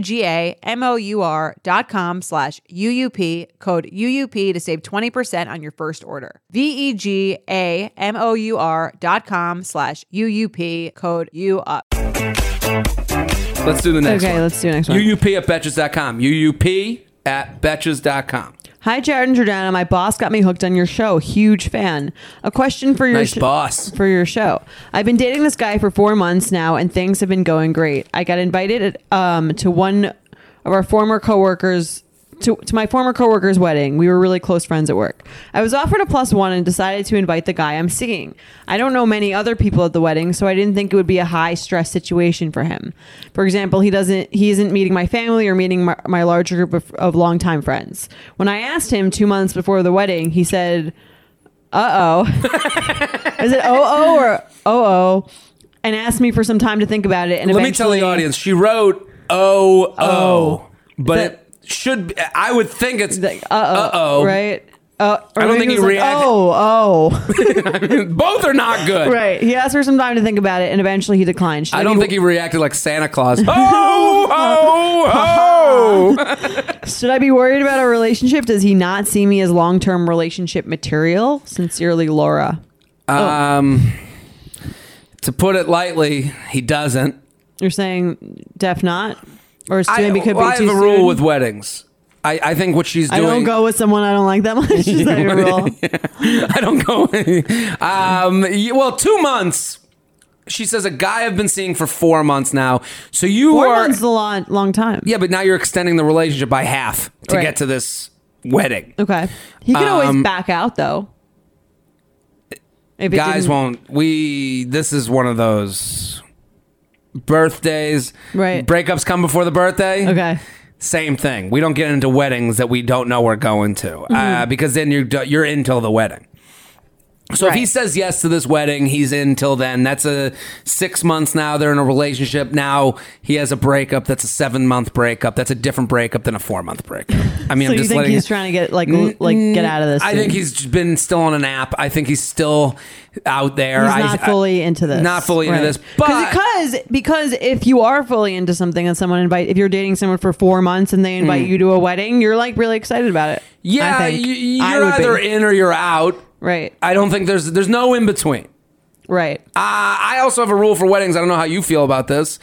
S3: V-E-G-A-M-O-U-R dot com slash UUP, code UUP to save 20% on your first order. E V-E-G-A-M-O-U-R dot com slash UUP, code UUP.
S2: Let's do the next
S1: Okay,
S2: one.
S1: let's do the next one.
S2: UUP at betches.com. UUP at betches.com.
S1: Hi, Jared and Jordana. My boss got me hooked on your show. Huge fan. A question for your
S2: Nice boss.
S1: for your show. I've been dating this guy for four months now, and things have been going great. I got invited um, to one of our former coworkers. To, to my former coworker's wedding. We were really close friends at work. I was offered a plus one and decided to invite the guy I'm seeing. I don't know many other people at the wedding, so I didn't think it would be a high stress situation for him. For example, he doesn't he isn't meeting my family or meeting my, my larger group of, of longtime friends. When I asked him two months before the wedding, he said, "Uh oh." Is it oh oh or oh oh? And asked me for some time to think about it. And
S2: Let me tell the
S1: eventually-
S2: audience. She wrote oh oh, but
S1: That-
S2: it should. Be, I would think it's
S1: Like, uh oh, right? Uh, or
S2: I don't
S1: maybe
S2: think he
S1: it was
S2: react-
S1: Oh, oh,
S2: Both are not good.
S1: right. He asked her some time to think about it, and eventually he declined. She
S2: I
S1: said
S2: don't
S1: he
S2: think he reacted like Santa Claus. Oh, oh, oh.
S1: Should I be worried about our relationship? Does he not see me as long term relationship material? Sincerely, Laura.
S2: Um, to put it lightly, he doesn't.
S1: You're saying def not? Or it's too,
S2: I,
S1: maybe could
S2: well, I
S1: be
S2: have
S1: too
S2: a rule
S1: soon?
S2: with weddings. I, I think what she's
S1: I
S2: doing.
S1: don't go with someone I don't like that much. Is that a rule?
S2: I don't go. um, you- well, two months. She says a guy I've been seeing for four months now. So you
S1: Four
S2: are
S1: months is a long, long time.
S2: yeah, but now you're extending the relationship by half to
S1: Right.
S2: get to this wedding.
S1: Okay. He could always
S2: Um,
S1: back out though. If it
S2: Guys
S1: didn't-
S2: won't. We this is one of those birthdays.
S1: Right.
S2: Breakups come before the birthday.
S1: Okay.
S2: Same thing. We don't get into weddings that we don't know we're going to
S1: Mm-hmm.
S2: uh, because then you're do- you're in till the wedding. So if he
S1: Right.
S2: says yes to this wedding, he's in till then. That's a six months now. They're in a relationship now. He has a breakup. That's a seven month breakup. That's a different breakup than a four month breakup. I mean,
S1: So
S2: I'm
S1: you
S2: just
S1: think
S2: letting.
S1: he's trying to get like l- like get out of this?
S2: I
S1: soon?
S2: think he's just been still on an app. I think he's still out there.
S1: He's
S2: I-
S1: not
S2: I-
S1: fully into this.
S2: Not fully into this, but-
S1: because because if you are fully into something and someone invite if you're dating someone for four months and they invite you to a wedding, you're like really excited about it.
S2: Mm. yeah,
S1: I
S2: you,
S1: think. I
S2: you're
S1: would be.
S2: either in or you're out.
S1: right,
S2: I don't think there's there's no in between.
S1: right.
S2: Uh, I also have a rule for weddings. I don't know how you feel about this.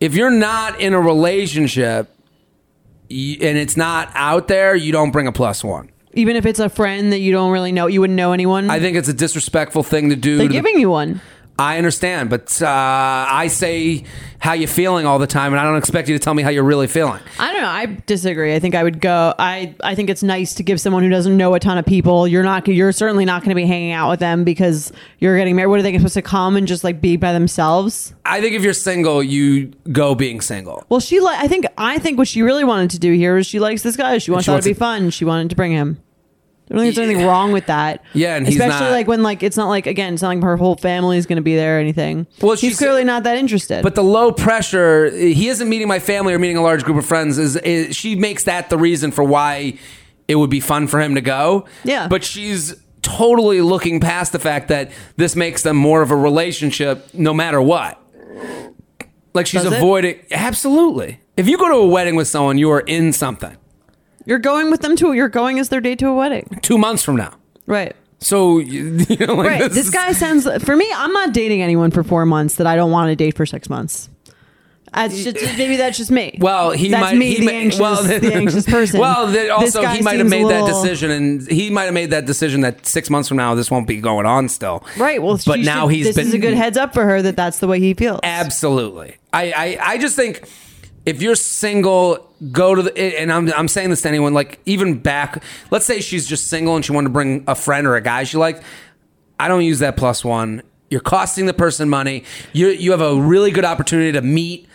S2: If you're not in a relationship y- and it's not out there, you don't bring a plus one.
S1: Even if it's a friend that you don't really know, you wouldn't know anyone.
S2: I think it's a disrespectful thing to do.
S1: they're
S2: to the-
S1: giving you one.
S2: I understand, but uh, I say how you feeling all the time, and I don't expect you to tell me how you're really feeling.
S1: I don't know. I disagree. I think I would go. I I think it's nice to give someone who doesn't know a ton of people. You're not. You're certainly not going to be hanging out with them because you're getting married. What are they supposed to come and just like be by themselves?
S2: I think if you're single, you go being single.
S1: Well, she like. I think. I think what she really wanted to do here is she likes this guy. She wants
S2: she
S1: that to
S2: wants
S1: be
S2: it-
S1: fun. She wanted to bring him. I don't think there's anything
S2: Yeah.
S1: wrong with that.
S2: Yeah, and he's
S1: especially
S2: not-
S1: like when like it's not like again, it's not like her whole family is going to be there or anything.
S2: Well,
S1: she's
S2: she's-
S1: clearly not that interested.
S2: But the low pressure, he isn't meeting my family or meeting a large group of friends. Is, is she makes that the reason for why it would be fun for him to go?
S1: Yeah.
S2: But she's totally looking past the fact that this makes them more of a relationship, no matter what. Like she's
S1: Does it?
S2: avoiding. Absolutely. If you go to a wedding with someone, you are in something.
S1: you're going with them to. You're going as their date to a wedding,
S2: Two months from now.
S1: right?
S2: So you, you know, like
S1: Right. This
S2: is-
S1: guy sounds for me. I'm not dating anyone for four months that I don't want to date for six months. That's just maybe that's just me.
S2: Well, he
S1: that's
S2: might.
S1: me,
S2: he
S1: the,
S2: might-
S1: anxious,
S2: well,
S1: the anxious person.
S2: Well, then
S1: This
S2: also
S1: guy
S2: he might have
S1: seems a
S2: made that
S1: little-
S2: decision, and he might have made that decision that six months from now this won't be going on still.
S1: Right. Well,
S2: but
S1: she
S2: now
S1: should-
S2: he's
S1: this
S2: been
S1: is a good heads up for her that that's the way he feels.
S2: Absolutely. I, I I just think if you're single, go to the and I'm I'm saying this to anyone like even back. Let's say she's just single and she wanted to bring a friend or a guy she liked. I don't use that plus one. You're costing the person money. You you have a really good opportunity to meet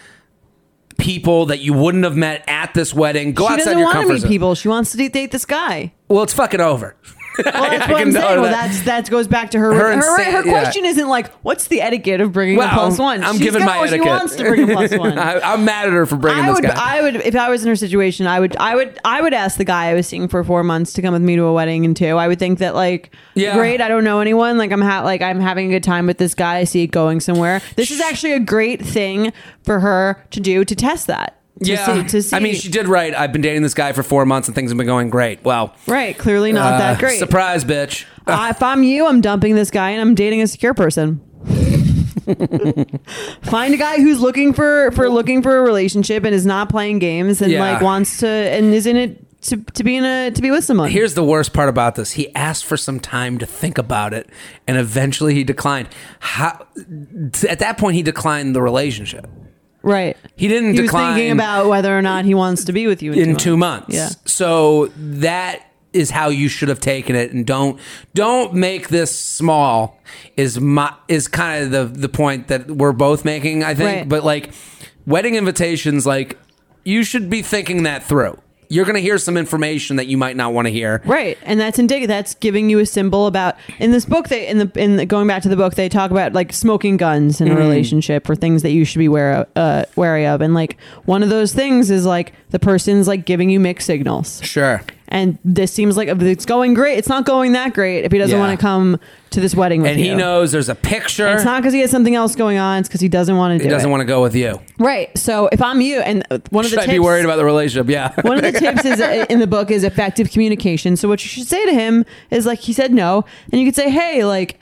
S2: people that you wouldn't have met at this wedding. Go
S1: she
S2: outside
S1: doesn't
S2: your
S1: want
S2: comfort
S1: to meet
S2: zone.
S1: people. She wants to date, date this guy.
S2: Well, it's fucking over.
S1: Well, that's
S2: I
S1: what I'm
S2: can know
S1: saying. Well,
S2: that.
S1: that's that goes back to her.
S2: Her
S1: Her,
S2: and
S1: her,
S2: Sa-
S1: her
S2: yeah.
S1: question isn't like, what's the etiquette of bringing
S2: Well,
S1: a plus one?
S2: I'm
S1: She's
S2: giving
S1: got-
S2: my
S1: or
S2: etiquette.
S1: She wants to bring a plus one.
S2: I, am mad at her for bringing
S1: I
S2: this
S1: would,
S2: guy.
S1: I would, if I was in her situation, I would, I would, I would ask the guy I was seeing for four months to come with me to a wedding and two. I would think that like,
S2: Yeah.
S1: great, I don't know anyone. Like I'm ha- like I'm having a good time with this guy. I see it going somewhere. This is actually a great thing for her to do to test that. To
S2: yeah,
S1: see, to see.
S2: I mean, she did right. I've been dating this guy for four months and things have been going great. Well,
S1: right, clearly not
S2: uh,
S1: that great.
S2: Surprise, bitch.
S1: Uh, if I'm you, I'm dumping this guy and I'm dating a secure person. Find a guy who's looking for for looking for a relationship and is not playing games and
S2: Yeah.
S1: like wants to and is in it to, to be in a to be with someone.
S2: Here's the worst part about this. He asked for some time to think about it, and eventually he declined. How, at that point, he declined the relationship.
S1: right.
S2: He didn't
S1: He was
S2: decline
S1: thinking about whether or not he wants to be with you in,
S2: in two months.
S1: Yeah.
S2: So that is how you should have taken it, and don't don't make this small. Is my is kind of the the point that we're both making, I think.
S1: Right.
S2: But like wedding invitations, like you should be thinking that through. You're gonna hear some information that you might not want to hear.
S1: Right, and that's indicative. That's giving you a symbol about in this book. They in the in the, going back to the book, they talk about like smoking guns
S2: Mm-hmm.
S1: in a relationship or things that you should be aware uh, wary of. And like one of those things is like the person's like giving you mixed signals.
S2: Sure.
S1: And this seems like it's going great. It's not going that great if he doesn't
S2: Yeah.
S1: want to come to this wedding with
S2: and
S1: you.
S2: he knows there's a picture.
S1: It's not because he has something else going on. It's because he doesn't want to
S2: he
S1: do
S2: doesn't
S1: it.
S2: want to go with you.
S1: right. So if I'm you, and uh, one of
S2: Should
S1: the
S2: I
S1: tips,
S2: be worried about the relationship? Yeah.
S1: one of the tips is uh, in the book is effective communication. So what you should say to him is like he said no, and you could say, hey, like.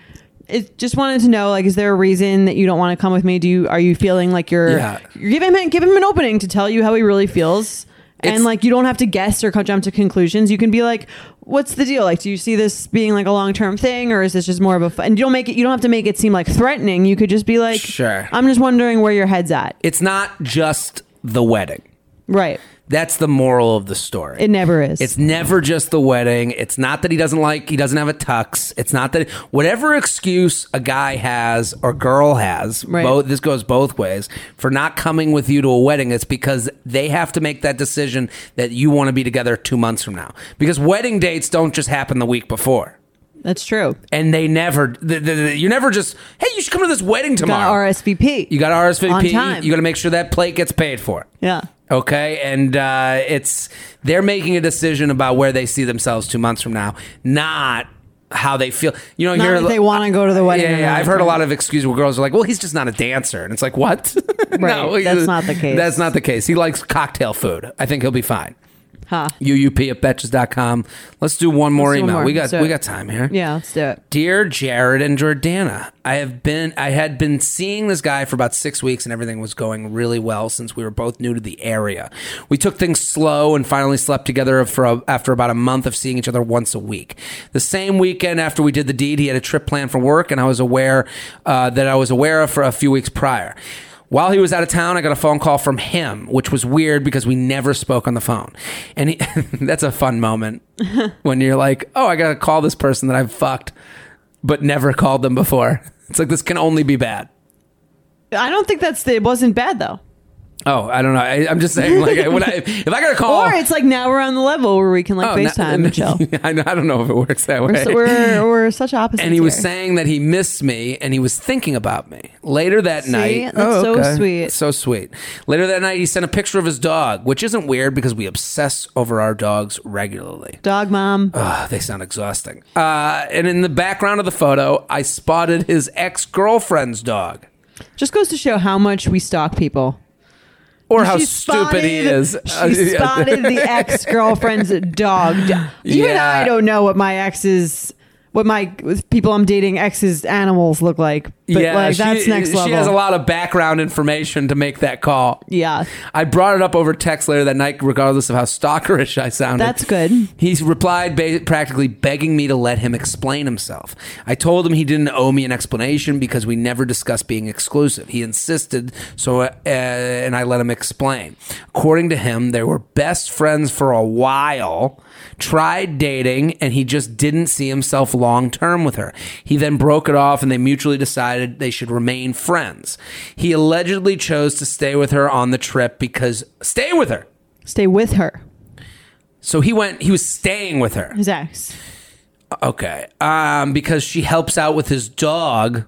S1: It just wanted to know, like, is there a reason that you don't want to come with me? Do you are you feeling like you're
S2: Yeah.
S1: you're giving him give him an opening to tell you how he really feels,
S2: It's-
S1: and like you don't have to guess or co- jump to conclusions. You can be like, what's the deal? Like, do you see this being like a long term thing, or is this just more of a? Fun? And you don't make it. You don't have to make it seem like threatening. You could just be like,
S2: Sure.
S1: I'm just wondering where your head's at.
S2: It's not just the wedding.
S1: Right.
S2: That's the moral of the story.
S1: It never is.
S2: It's never just the wedding. It's not that he doesn't like, he doesn't have a tux. It's not that whatever excuse a guy has or girl has,
S1: Right.
S2: both this goes both ways, for not coming with you to a wedding, it's because they have to make that decision that you want to be together 2 months from now. Because wedding dates don't just happen the week before.
S1: That's true.
S2: And they never th th th- you never just, "Hey, you should come to this wedding tomorrow."
S1: Got RSVP.
S2: You got RSVP.
S1: On time.
S2: You got to make sure that plate gets paid for.
S1: yeah.
S2: Okay, and uh, it's they're making a decision about where they see themselves two months from now, not how they feel. You know,
S1: Not
S2: you're,
S1: if they want to go to the wedding.
S2: Yeah,
S1: or
S2: yeah,
S1: not.
S2: I've heard a lot of excuses where girls are like, "Well, he's just not a dancer," and it's like, "What?
S1: Right,
S2: he's-
S1: that's not the case.
S2: That's not the case. He likes cocktail food. I think he'll be fine."
S1: Huh.
S2: UUP at betches.com. Let's do one more
S1: Let's do one
S2: email.
S1: more.
S2: We got
S1: Let's do
S2: we
S1: it.
S2: got time here.
S1: Yeah, let's do it.
S2: Dear Jared and Jordana, I have been I had been seeing this guy for about 6 weeks and everything was going really well since we were both new to the area. We took things slow and finally slept together for a, after about a month of seeing each other once a week. The same weekend after we did the deed, he had a trip planned for work and I was aware uh, that I was aware of for a few weeks prior. While he was out of town, I got a phone call from him, which was weird because we never spoke on the phone. And he, that's a fun moment when you're like, oh, I got to call this person that I've fucked, but never called them before. It's like, this can only be bad.
S1: I don't think that's the, it wasn't bad though.
S2: Oh, I don't know. I, I'm just saying, like, when I, if I got a call.
S1: Or it's like now we're on the level where we can like
S2: oh, no-
S1: FaceTime and chill.
S2: I, know- I don't know if it works that way.
S1: So we're we're such opposites.
S2: and he was
S1: here.
S2: saying that he missed me and he was thinking about me. Later that night,
S1: that's so sweet.
S2: It's so sweet. Later that night, he sent a picture of his dog, which isn't weird because we obsess over our dogs regularly.
S1: "Dog mom."
S2: Ugh, they sound exhausting. Uh, and in the background of the photo, I spotted his ex girlfriend's dog.
S1: Just goes to show how much we stalk people.
S2: Or how
S1: She
S2: stupid he
S1: spotted-
S2: is. Uh,
S1: She
S2: yeah.
S1: spotted the ex girlfriend's dog. Even
S2: Yeah.
S1: I don't know what my ex's, what my with people I'm dating ex's animals look like. But like that's
S2: she,
S1: next level.
S2: She has a lot of background information to make that call.
S1: Yeah,
S2: I brought it up over text later that night, regardless of how stalkerish I sounded.
S1: That's good.
S2: He replied, ba- practically begging me to let him explain himself. I told him he didn't owe me an explanation because we never discussed being exclusive. He insisted, so uh, and I let him explain. According to him, they were best friends for a while, tried dating, and he just didn't see himself long term with her. He then broke it off, and they mutually decided they should remain friends. He allegedly chose to stay with her on the trip because stay with her.
S1: stay with her.
S2: So he went. He was staying with her.
S1: His ex.
S2: Okay. Um, because she helps out with his dog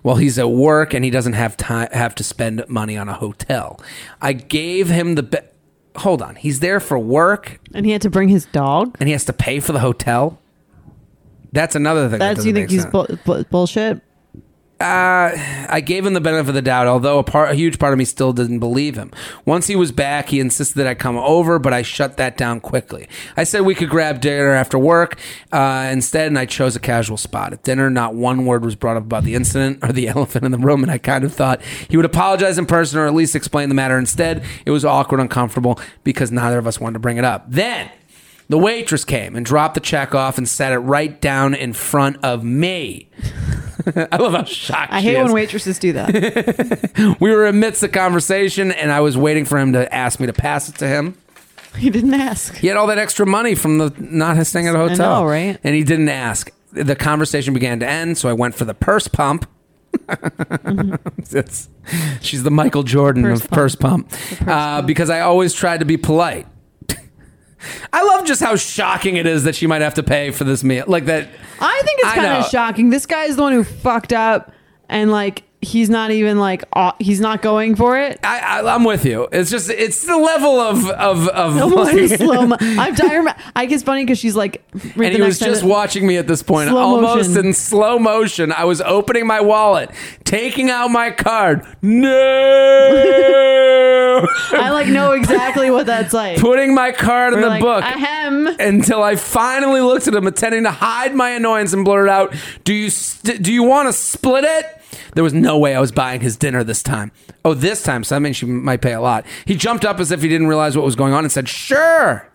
S2: while he's at work and he doesn't have time have to spend money on a hotel. I gave him the be- Hold on. He's there for work
S1: And he had to bring his dog.
S2: and he has to pay for the hotel. That's another thing.
S1: That's
S2: that
S1: you
S2: doesn't make
S1: think he's
S2: sense.
S1: bull- bull- bullshit.
S2: I gave him the benefit of the doubt, although a, part, a huge part of me still didn't believe him. Once he was back, he insisted that I come over, but I shut that down quickly. I said we could grab dinner after work uh, instead, and I chose a casual spot. At dinner, not one word was brought up about the incident or the elephant in the room, and I kind of thought he would apologize in person or at least explain the matter. Instead, it was awkward, uncomfortable because neither of us wanted to bring it up. Then. The waitress came and dropped the check off and sat it right down in front of me. I love how shocked
S1: I
S2: she
S1: hate
S2: is.
S1: when waitresses do that.
S2: We were amidst the conversation, and I was waiting for him to ask me to pass it to him.
S1: he didn't ask.
S2: He had all that extra money from the not staying at a hotel,
S1: know, right?
S2: And he didn't ask. The conversation began to end, so I went for the purse pump. That's- she's the Michael Jordan
S1: Mm-hmm. Purse
S2: of
S1: pump.
S2: purse pump, uh, because I always tried to be polite. I love just how shocking it is that she might have to pay for this meal, like that.
S1: I think it's
S2: I
S1: kind
S2: know.
S1: of shocking. This guy is the one who fucked up and like he's not even like aw- he's not going for it.
S2: I, I, I'm with you. It's just it's the level of of of
S1: Almost
S2: like-
S1: in slow mo. I'm dire. I guess funny because she's like. read
S2: and
S1: the
S2: he was
S1: next
S2: just
S1: sentence.
S2: watching me at this point,
S1: Slow
S2: almost
S1: motion.
S2: in slow motion. I was opening my wallet, taking out my card. No,
S1: I like know exactly what that's like.
S2: putting my card in
S1: We're
S2: the
S1: like,
S2: book.
S1: Ahem.
S2: until I finally looked at him, attempting to hide my annoyance and blurted out, "Do you st- do you want to split it?" There was no way I was buying his dinner this time. Oh, this time, so that means she might pay a lot. He jumped up as if he didn't realize what was going on and said, "Sure."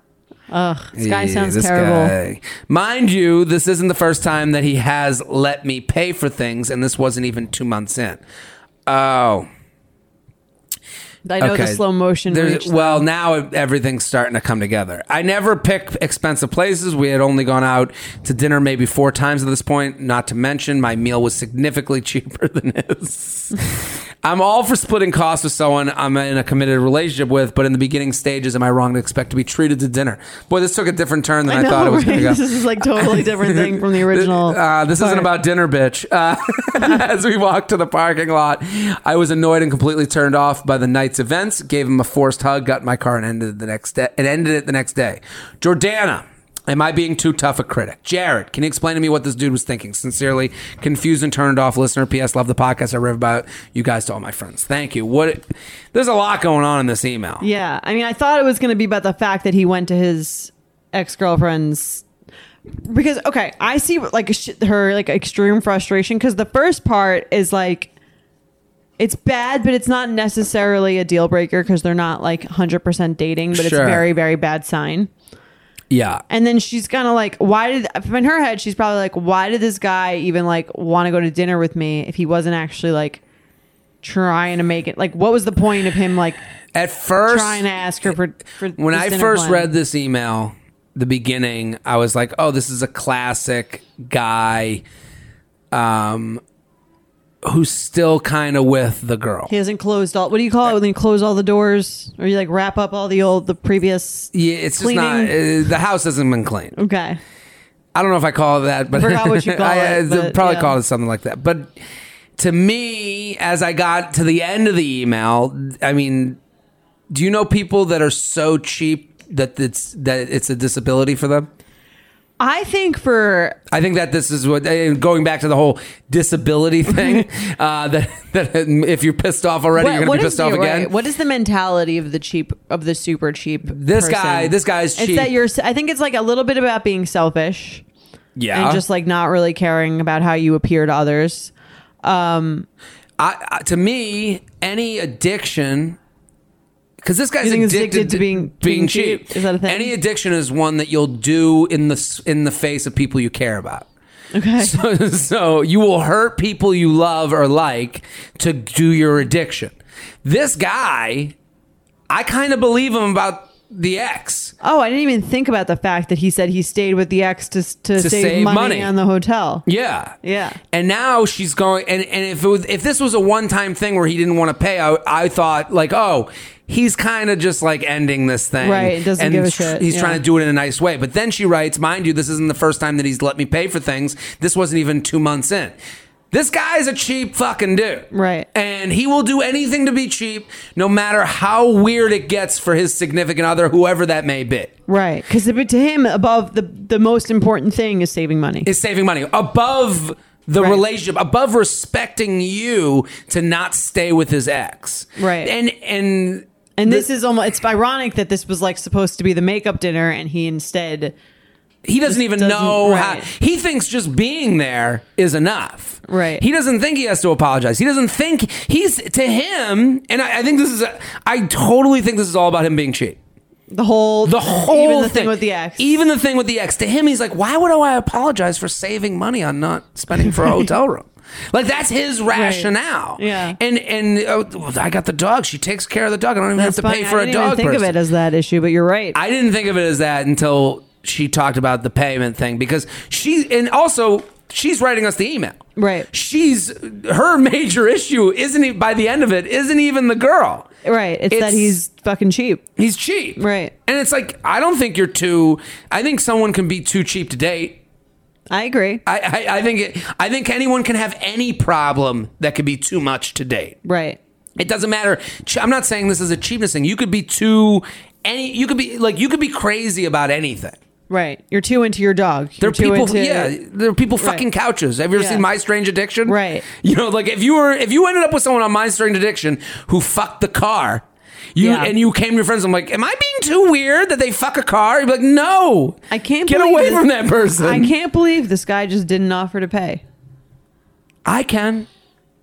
S1: This guy
S2: Yeah,
S1: sounds
S2: this
S1: terrible.
S2: guy. Mind you, this isn't the first time that he has let me pay for things, and this wasn't even two months in. Oh,
S1: I know the slow motion.
S2: There's-
S1: reach.
S2: well, now everything's starting to come together. I never pick expensive places. We had only gone out to dinner maybe four times at this point. Not to mention, my meal was significantly cheaper than his. I'm all for splitting costs with someone I'm in a committed relationship with, but in the beginning stages, am I wrong to expect to be treated to dinner? Boy, this took a different turn than I,
S1: I know,
S2: thought it was going
S1: right?
S2: to go.
S1: This is like totally different thing from the original.
S2: Uh, this isn't
S1: part.
S2: about dinner, bitch. Uh, as we walked to the parking lot, I was annoyed and completely turned off by the night's events. Gave him a forced hug, got in my car, and ended it the next day. It ended it the next day. Jordana. Am I being too tough a critic? Jared, can you explain to me what this dude was thinking? Sincerely, confused and turned off listener. P.S. Love the podcast. I read about you guys to all my friends. Thank you. What? There's a lot going on in this email.
S1: Yeah, I mean, I thought it was going to be about the fact that he went to his ex girlfriend's because okay, I see like sh- her like extreme frustration because the first part is like it's bad, but it's not necessarily a deal breaker because they're not like hundred percent dating,
S2: Sure.
S1: but it's very very bad sign.
S2: Yeah.
S1: And then she's kind of like, why did in her head she's probably like, why did this guy even like want to go to dinner with me if he wasn't actually like trying to make it like what was the point of him like
S2: At first,
S1: trying to ask her for, for
S2: when
S1: this
S2: I
S1: dinner
S2: first
S1: plan.
S2: read this email, the beginning, I was like, "Oh, this is a classic guy, um, who's still kind of with the girl."
S1: he hasn't closed all. What do you call it when you close all the doors, or you like wrap up all the old the previous?
S2: Yeah, it's just not.
S1: Cleaning.
S2: Uh, the house hasn't been cleaned.
S1: Okay,
S2: I don't know if I call it that, but
S1: Forgot what you call it,
S2: uh,
S1: but,
S2: probably
S1: yeah.
S2: call it something like that. But to me, as I got to the end of the email, I mean, do you know people that are so cheap that it's that it's a disability for them?
S1: I think for
S2: I think that this is what and going back to the whole disability thing. uh, that that if you're pissed off already,
S1: what-
S2: you're gonna
S1: what
S2: be
S1: is
S2: pissed off
S1: the- right,
S2: again.
S1: What is the mentality of the cheap of the super cheap?
S2: This
S1: person?
S2: guy- this guy is cheap.
S1: It's that you're. I think it's like a little bit about being selfish
S2: yeah,
S1: and just like not really caring about how you appear to others.
S2: I, I, to me, any addiction. Because this guy's
S1: You think
S2: addicted,
S1: he's addicted
S2: to
S1: to being- being cheap? Is that a thing?
S2: Any addiction is one that you'll do in the s- in the face of people you care about.
S1: Okay,
S2: So, so you will hurt people you love or like to do your addiction. This guy, I kind of believe him about the ex.
S1: Oh, I didn't even think about the fact that he said he stayed with the ex to, to, save,
S2: save
S1: money,
S2: money.
S1: on the hotel.
S2: Yeah.
S1: Yeah.
S2: And now she's going and, and if it was if this was a one time thing where he didn't want to pay, I, I thought like, oh, he's kind of just like ending this thing.
S1: Right, doesn't
S2: and
S1: give a
S2: tr-
S1: shit,
S2: He's
S1: yeah.
S2: trying to do it in a nice way. But then she writes, mind you, this isn't the first time that he's let me pay for things. This wasn't even two months in. This guy's a cheap fucking dude.
S1: Right.
S2: And he will do anything to be cheap, no matter how weird it gets for his significant other, whoever that may be.
S1: Right. Because to him, above the, the most important thing is saving money.
S2: is saving money above the
S1: Right.
S2: relationship above respecting you to not stay with his ex
S1: Right.
S2: and and
S1: and this is almost, it's ironic that this was like supposed to be the makeup dinner and he instead,
S2: he doesn't even
S1: doesn't-
S2: know
S1: right.
S2: how he thinks just being there is enough
S1: Right.
S2: he doesn't think he has to apologize he doesn't think he's to him and i, I think this is a, i totally think this is all about him being cheap
S1: the whole,
S2: the whole
S1: even the thing, with the ex.
S2: even the thing with the ex to him he's like why would i apologize for saving money on not spending for a hotel room like that's his rationale
S1: Yeah.
S2: and and uh, i got the dog she takes care of the dog i don't even
S1: That's
S2: have to pay
S1: funny.
S2: for
S1: I
S2: a
S1: didn't
S2: dog
S1: even think
S2: person.
S1: of it as that issue, but you're right.
S2: i didn't think of it as that until she talked about the payment thing because she and also she's writing us the email
S1: Right.
S2: she's her major issue isn't e- by the end of it isn't even the girl
S1: right. It's, that
S2: it's-
S1: he's fucking cheap.
S2: He's cheap.
S1: Right.
S2: And it's like, I don't think you're too. I think someone can be too cheap to date.
S1: I agree.
S2: I, I, I think it, I think anyone can have any problem that could be too much to date.
S1: Right.
S2: It doesn't matter. Ch- I'm not saying this is a cheapness thing. You could be too any. You could be like you could be crazy about anything.
S1: Right. You're too into your dog.
S2: There
S1: You're
S2: are
S1: too
S2: people,
S1: into-
S2: yeah. There are people fucking couches. Have you ever
S1: Yeah.
S2: seen My Strange Addiction?
S1: Right.
S2: You know, like if you were, if you ended up with someone on My Strange Addiction who fucked the car, you
S1: Yeah.
S2: and you came to your friends. I'm like, am I being too weird that they fuck a car? You're like, no.
S1: I can't
S2: get
S1: believe
S2: away
S1: this-
S2: from that person.
S1: I can't believe this guy just didn't offer to pay.
S2: I can.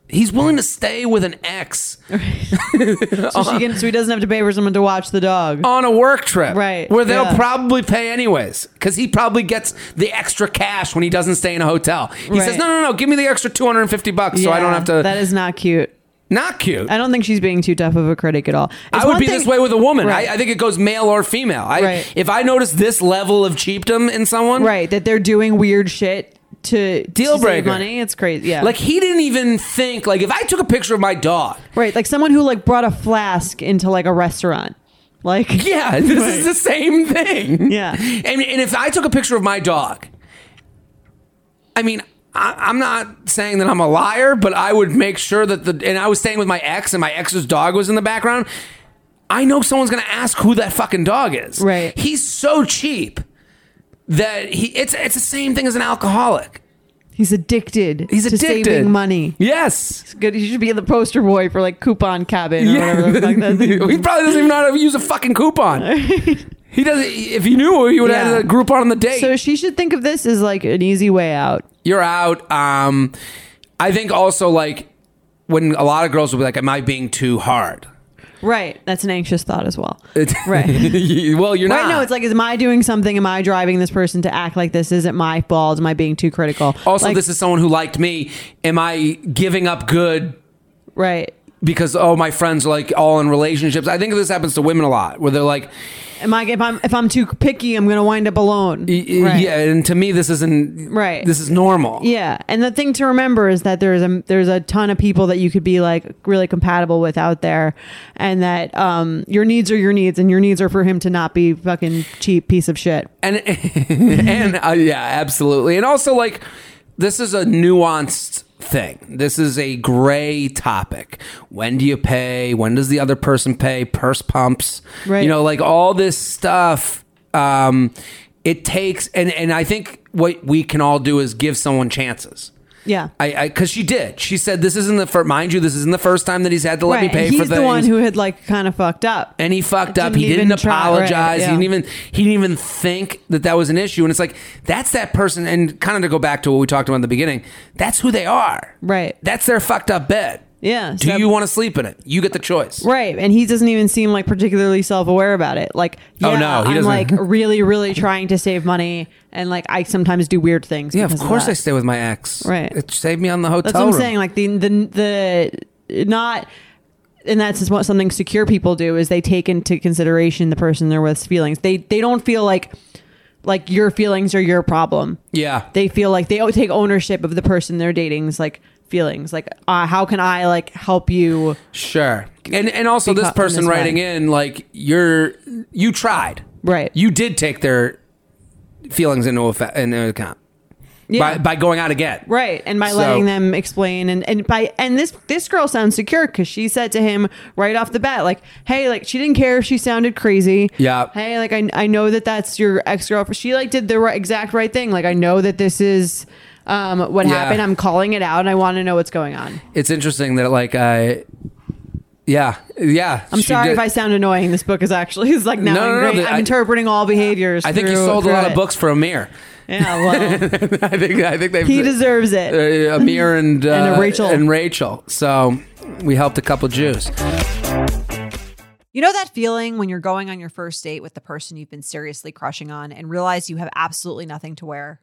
S2: He's willing to stay with an ex
S1: So
S2: Uh-huh.
S1: she can, so he doesn't have to pay for someone to watch the dog.
S2: on a work trip,
S1: Right,
S2: Where they'll
S1: yeah.
S2: probably pay anyways, because he probably gets the extra cash when he doesn't stay in a hotel. He says,
S1: Right.
S2: no, no, no, give me the extra two hundred and fifty bucks, so I don't
S1: Yeah,
S2: have to.
S1: That is not cute.
S2: not cute.
S1: I don't think she's being too tough of a critic at all. It's
S2: I would
S1: one
S2: be
S1: thing-
S2: this way with a woman.
S1: Right.
S2: I, I think it goes male or female. I,
S1: Right.
S2: If I notice this level of cheapdom in someone,
S1: right that they're doing weird shit to
S2: Deal
S1: to save
S2: breaker.
S1: money. It's crazy. Yeah.
S2: like he didn't even think. Like if I took a picture of my dog,
S1: right, like someone who like brought a flask into like a restaurant. Like
S2: yeah, this is the same thing.
S1: Yeah.
S2: and and if I took a picture of my dog, I mean. I- I'm not saying that I'm a liar, but I would make sure that the and I was staying with my ex, and my ex's dog was in the background. I know someone's gonna ask who that fucking dog is.
S1: Right.
S2: He's so cheap that he it's it's the same thing as an alcoholic.
S1: he's addicted.
S2: He's
S1: to
S2: addicted.
S1: saving money.
S2: Yes.
S1: It's good. He should be the poster boy for like coupon cabin or whatever the fuck that
S2: he
S1: thing.
S2: probably doesn't even know how to use a fucking coupon. he doesn't. If he knew, he would have
S1: Yeah.
S2: had a group on the date.
S1: So she should think of this as like an easy way out.
S2: You're out. Um, I think also like when a lot of girls will be like, "Am I being too hard?"
S1: Right. That's an anxious thought as well.
S2: It's,
S1: Right.
S2: well, you're
S1: Right
S2: not.
S1: now, it's like, is am I doing something? Am I driving this person to act like this? Isn't my fault? Am I being too critical?
S2: also
S1: Like-
S2: this is someone who liked me. Am I giving up good
S1: right.
S2: because oh my friends are like all in relationships? I think this happens to women a lot where they're like,
S1: Am I if I'm if I'm too picky, I'm gonna wind up alone.
S2: y-
S1: Right.
S2: yeah, and to me this isn't
S1: Right.
S2: This is normal.
S1: Yeah, and the thing to remember is that there's a there's a ton of people that you could be like really compatible with out there, and that um your needs are your needs, and your needs are for him to not be fucking cheap piece of shit.
S2: and and uh, yeah, absolutely. And also like this is a nuanced thing. This is a gray topic. When do you pay? When does the other person pay? Purse pumps.
S1: Right.
S2: You know, like all this stuff um it takes and and I think what we can all do is give someone chances.
S1: Yeah,
S2: I, I, cause she did. She said, "This isn't the first. Mind you, this isn't the first time that he's had to let me
S1: right.
S2: pay
S1: and he's
S2: for
S1: the
S2: things."
S1: one who had like kind of fucked up.
S2: and he fucked up.
S1: Didn't
S2: he didn't
S1: even try, right,
S2: apologize.
S1: yeah.
S2: He didn't even he didn't even think that that was an issue. And it's like that's that person. And kind of to go back to what we talked about in the beginning, that's who they are.
S1: Right.
S2: That's their fucked up bed.
S1: Yeah,
S2: Do
S1: so-
S2: you want to sleep in it? You get the choice.
S1: Right, and he doesn't even seem like particularly self-aware about it. Like, yeah,
S2: Oh, no, he
S1: I'm
S2: doesn't.
S1: like really, really trying to save money, and like I sometimes do weird things.
S2: Yeah, of
S1: because
S2: course
S1: that.
S2: I stay with my ex.
S1: Right.
S2: It saved me on the hotel
S1: That's what I'm
S2: room.
S1: saying. Like the the the not, and that's just what something secure people do is they take into consideration the person they're with's feelings. They they don't feel like like your feelings are your problem.
S2: Yeah.
S1: They feel like they o- take ownership of the person they're dating's like feelings. Like uh, how can I like help you?
S2: Sure. And and also
S1: Be
S2: this
S1: caught in
S2: person
S1: this
S2: writing
S1: way.
S2: in like you're you tried.
S1: Right.
S2: You did take their feelings into, effect, into account by by going out again.
S1: Right, and by
S2: So-
S1: letting them explain, and and by and this this girl sounds secure because she said to him right off the bat, like, "Hey, like she didn't care if she sounded crazy.
S2: Yeah.
S1: Hey, like I I know that that's your ex girlfriend. She like did the right, exact right thing. Like I know that this is um what
S2: Yeah.
S1: happened. I'm calling it out, and I want to know what's going on.
S2: it's interesting that like I, yeah, yeah.
S1: I'm sorry if I sound annoying. This book is actually is like now
S2: No, no, no,
S1: ingrained.
S2: the-
S1: I'm
S2: I-
S1: interpreting all behaviors.
S2: I think you
S1: through-
S2: sold a lot
S1: throughout
S2: of
S1: it.
S2: books for Amir.
S1: Yeah, well,
S2: I think I think they've
S1: he deserves it.
S2: uh, Amir and uh,
S1: And a Rachel.
S2: and Rachel. So we helped a couple Jews.
S3: You know that feeling when you're going on your first date with the person you've been seriously crushing on and realize you have absolutely nothing to wear?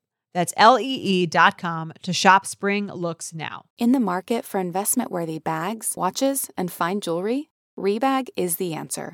S3: That's E lee.com to shop spring looks now.
S4: In the market for investment worthy bags, watches, and fine jewelry, Rebag is the answer.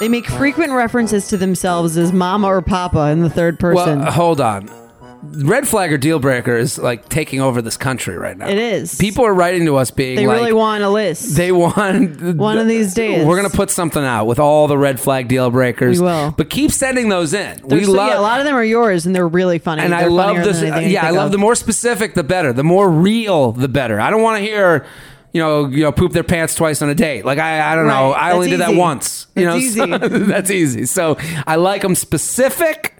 S1: They make frequent references to themselves as mama or papa in the third person.
S2: Well, hold on. Red flag or deal breaker is like taking over this country right now.
S1: It is.
S2: People are writing to us being
S1: they
S2: like,
S1: really want a list.
S2: they want
S1: One of these days.
S2: We're gonna put something out with all the red flag deal breakers.
S1: We will.
S2: but keep sending those in.
S1: They're
S2: we
S1: so-
S2: love
S1: yeah, a lot of them are yours, and they're really funny.
S2: and I
S1: They're
S2: love
S1: funnier
S2: this.
S1: than anything
S2: Yeah, I
S1: think
S2: love
S1: of.
S2: the more specific, the better. The more real, the better. I don't want to hear, you know, you know, poop their pants twice on a date. Like I, I don't know.
S1: Right.
S2: I only
S1: That's
S2: did that
S1: easy.
S2: once. You
S1: That's
S2: know, so-
S1: easy.
S2: that's easy. So I like them specific.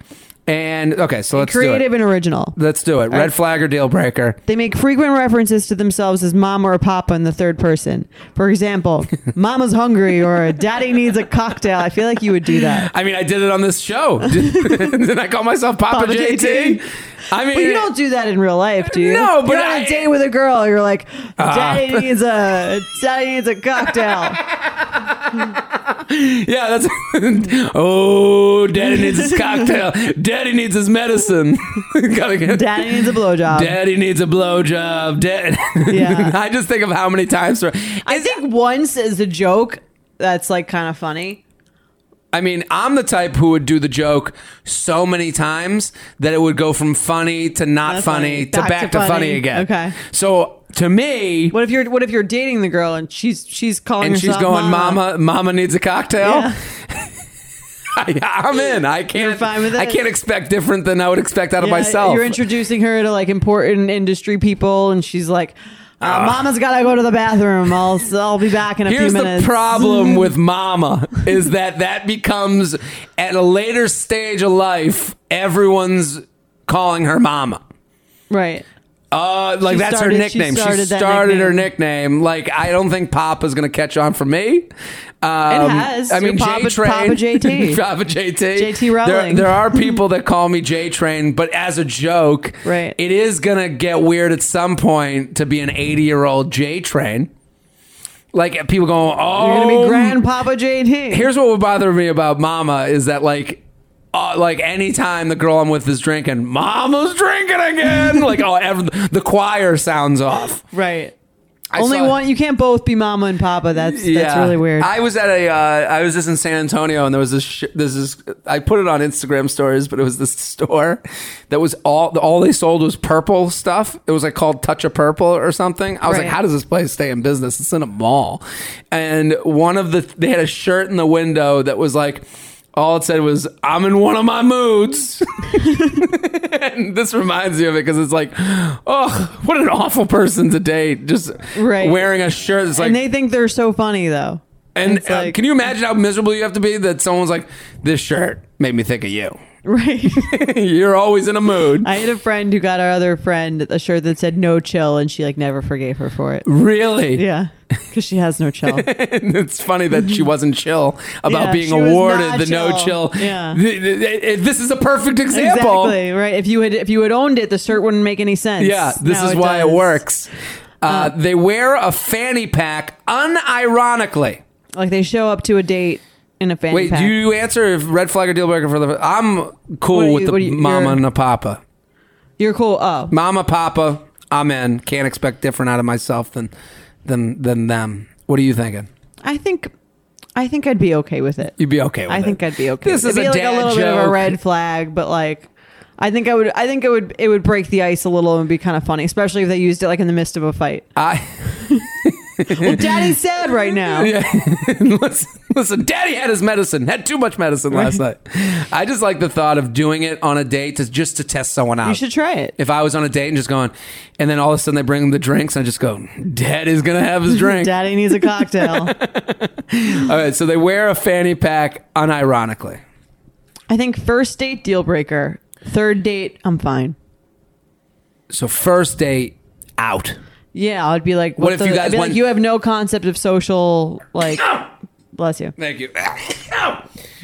S2: And okay, so let's do
S1: creative
S2: it.
S1: and original.
S2: Let's do it. Red flag or deal breaker.
S1: They make frequent references to themselves as mom or papa in the third person. For example, mama's hungry or daddy needs a cocktail. I feel like you would do that.
S2: I mean, I did it on this show. Did I call myself Papa,
S1: Papa
S2: JT?
S1: JT?
S2: I mean,
S1: But you don't do that in real life, do you?
S2: No, but
S1: you're on a
S2: I- Ah.
S1: date with a girl. You're like, daddy needs a daddy needs a cocktail.
S2: Yeah, that's. oh, Daddy needs his cocktail. Daddy needs his medicine. Gotta get.
S1: Daddy needs a blowjob.
S2: Daddy needs a blowjob. Dad.
S1: Yeah.
S2: I just think of how many times. I
S1: I think once is a joke. That's like kind of funny.
S2: I mean, I'm the type who would do the joke so many times that it would go from funny to not
S1: Not
S2: funny,
S1: funny.
S2: to back, to, funny. again.
S1: Okay.
S2: So to me,
S1: What if you're What if you're dating the girl and she's she's calling
S2: and she's
S1: herself
S2: going, "Mama, Mama needs a cocktail."
S1: Yeah.
S2: I, I'm in. I can't.
S1: fine with
S2: I
S1: it?
S2: can't expect different than I would expect out of
S1: Yeah,
S2: myself.
S1: You're introducing her to like important industry people, and she's like, uh, "Mama's got to go to the bathroom. I'll I'll be back in a
S2: Ah. Here's
S1: few
S2: the
S1: minutes."
S2: problem with mama is that that becomes at a later stage of life everyone's calling her mama.
S1: right?
S2: Uh, like
S1: She
S2: that's
S1: started-
S2: her
S1: she
S2: nickname. She started,
S1: started that
S2: her nickname. Like I don't think Papa's gonna catch on for me. Um,
S1: It has.
S2: I mean, Um,
S1: Your Papa-
S2: J Train,
S1: Papa JT.
S2: Papa JT,
S1: JT
S2: There-
S1: Rowling.
S2: There, are people that call me J Train, but as a joke,
S1: Right.
S2: It is gonna get weird at some point to be an eighty-year-old J Train. Like people going, oh,
S1: You're gonna be Grandpapa JT.
S2: here's what would bother me about mama is that like uh, like anytime the girl I'm with is drinking, mama's drinking again. like oh, ever, the choir sounds off.
S1: right.
S2: I
S1: Only
S2: saw-
S1: one. You can't both be Mama and Papa. That's that's really weird.
S2: I was at a, uh, I was just in San Antonio, and there was this, sh- this is, I put it on Instagram stories, but it was this store that was all, all they sold was purple stuff. It was like called Touch of Purple or something. I was like,
S1: Right.
S2: how does this place stay in business? It's in a mall, and one of the, they had a shirt in the window that was like. All it said was, I'm in one of my moods. and this reminds me of it because it's like, oh, what an awful person to date. Just
S1: Right.
S2: wearing a shirt that's like,
S1: and they think they're so funny though.
S2: and
S1: It's
S2: uh,
S1: like-
S2: can you imagine how miserable you have to be that someone's like, "This shirt made me think of you."
S1: Right.
S2: You're always in a mood.
S1: I had a friend who got our other friend a shirt that said "No chill," and she like never forgave her for it.
S2: really?
S1: Yeah, because she has no chill.
S2: it's funny that she wasn't chill about
S1: Yeah,
S2: being
S1: she was
S2: awarded
S1: not
S2: the no chill.
S1: chill. Yeah.
S2: Th- th- th- This is a perfect example.
S1: Exactly right. If you had if you had owned it, the shirt wouldn't make any sense.
S2: Yeah, this
S1: Now
S2: is why
S1: does.
S2: it works. Uh, they wear a fanny pack unironically.
S1: Like they show up to a date in a fanny
S2: Wait,
S1: pack.
S2: do you answer if red flag or deal breaker for the? I'm cool
S1: What are
S2: with
S1: you-
S2: the
S1: what are you-
S2: mama
S1: you're-
S2: and the papa.
S1: You're cool. Oh,
S2: Mama, Papa, I'm in. Can't expect different out of myself than than than them. What are you thinking?
S1: I think I think I'd be okay with it.
S2: You'd be okay with
S1: I
S2: it.
S1: think I'd be okay.
S2: This
S1: with
S2: is
S1: it. It'd
S2: a
S1: be like
S2: dad
S1: a little
S2: joke.
S1: bit of a red flag, but like I think I would I think it would it would break the ice a little and be kind of funny, especially if they used it like in the midst of a fight.
S2: I
S1: Well, daddy's sad right now.
S2: listen, listen, Daddy had his medicine. Had too much medicine last night. I just like the thought of doing it on a date to just to test someone out.
S1: You should try it.
S2: if I was on a date and just going, and then all of a sudden they bring them the drinks, and I just go, Daddy's gonna have his drink.
S1: Daddy needs a cocktail.
S2: all right, so they wear a fanny pack unironically.
S1: I think first date deal breaker. Third date, I'm fine.
S2: So first date out.
S1: Yeah, I'd be like, what,
S2: What if you
S1: the-
S2: guys
S1: I'd be
S2: went-
S1: like, you have no concept of social, like, bless you,
S2: Thank you.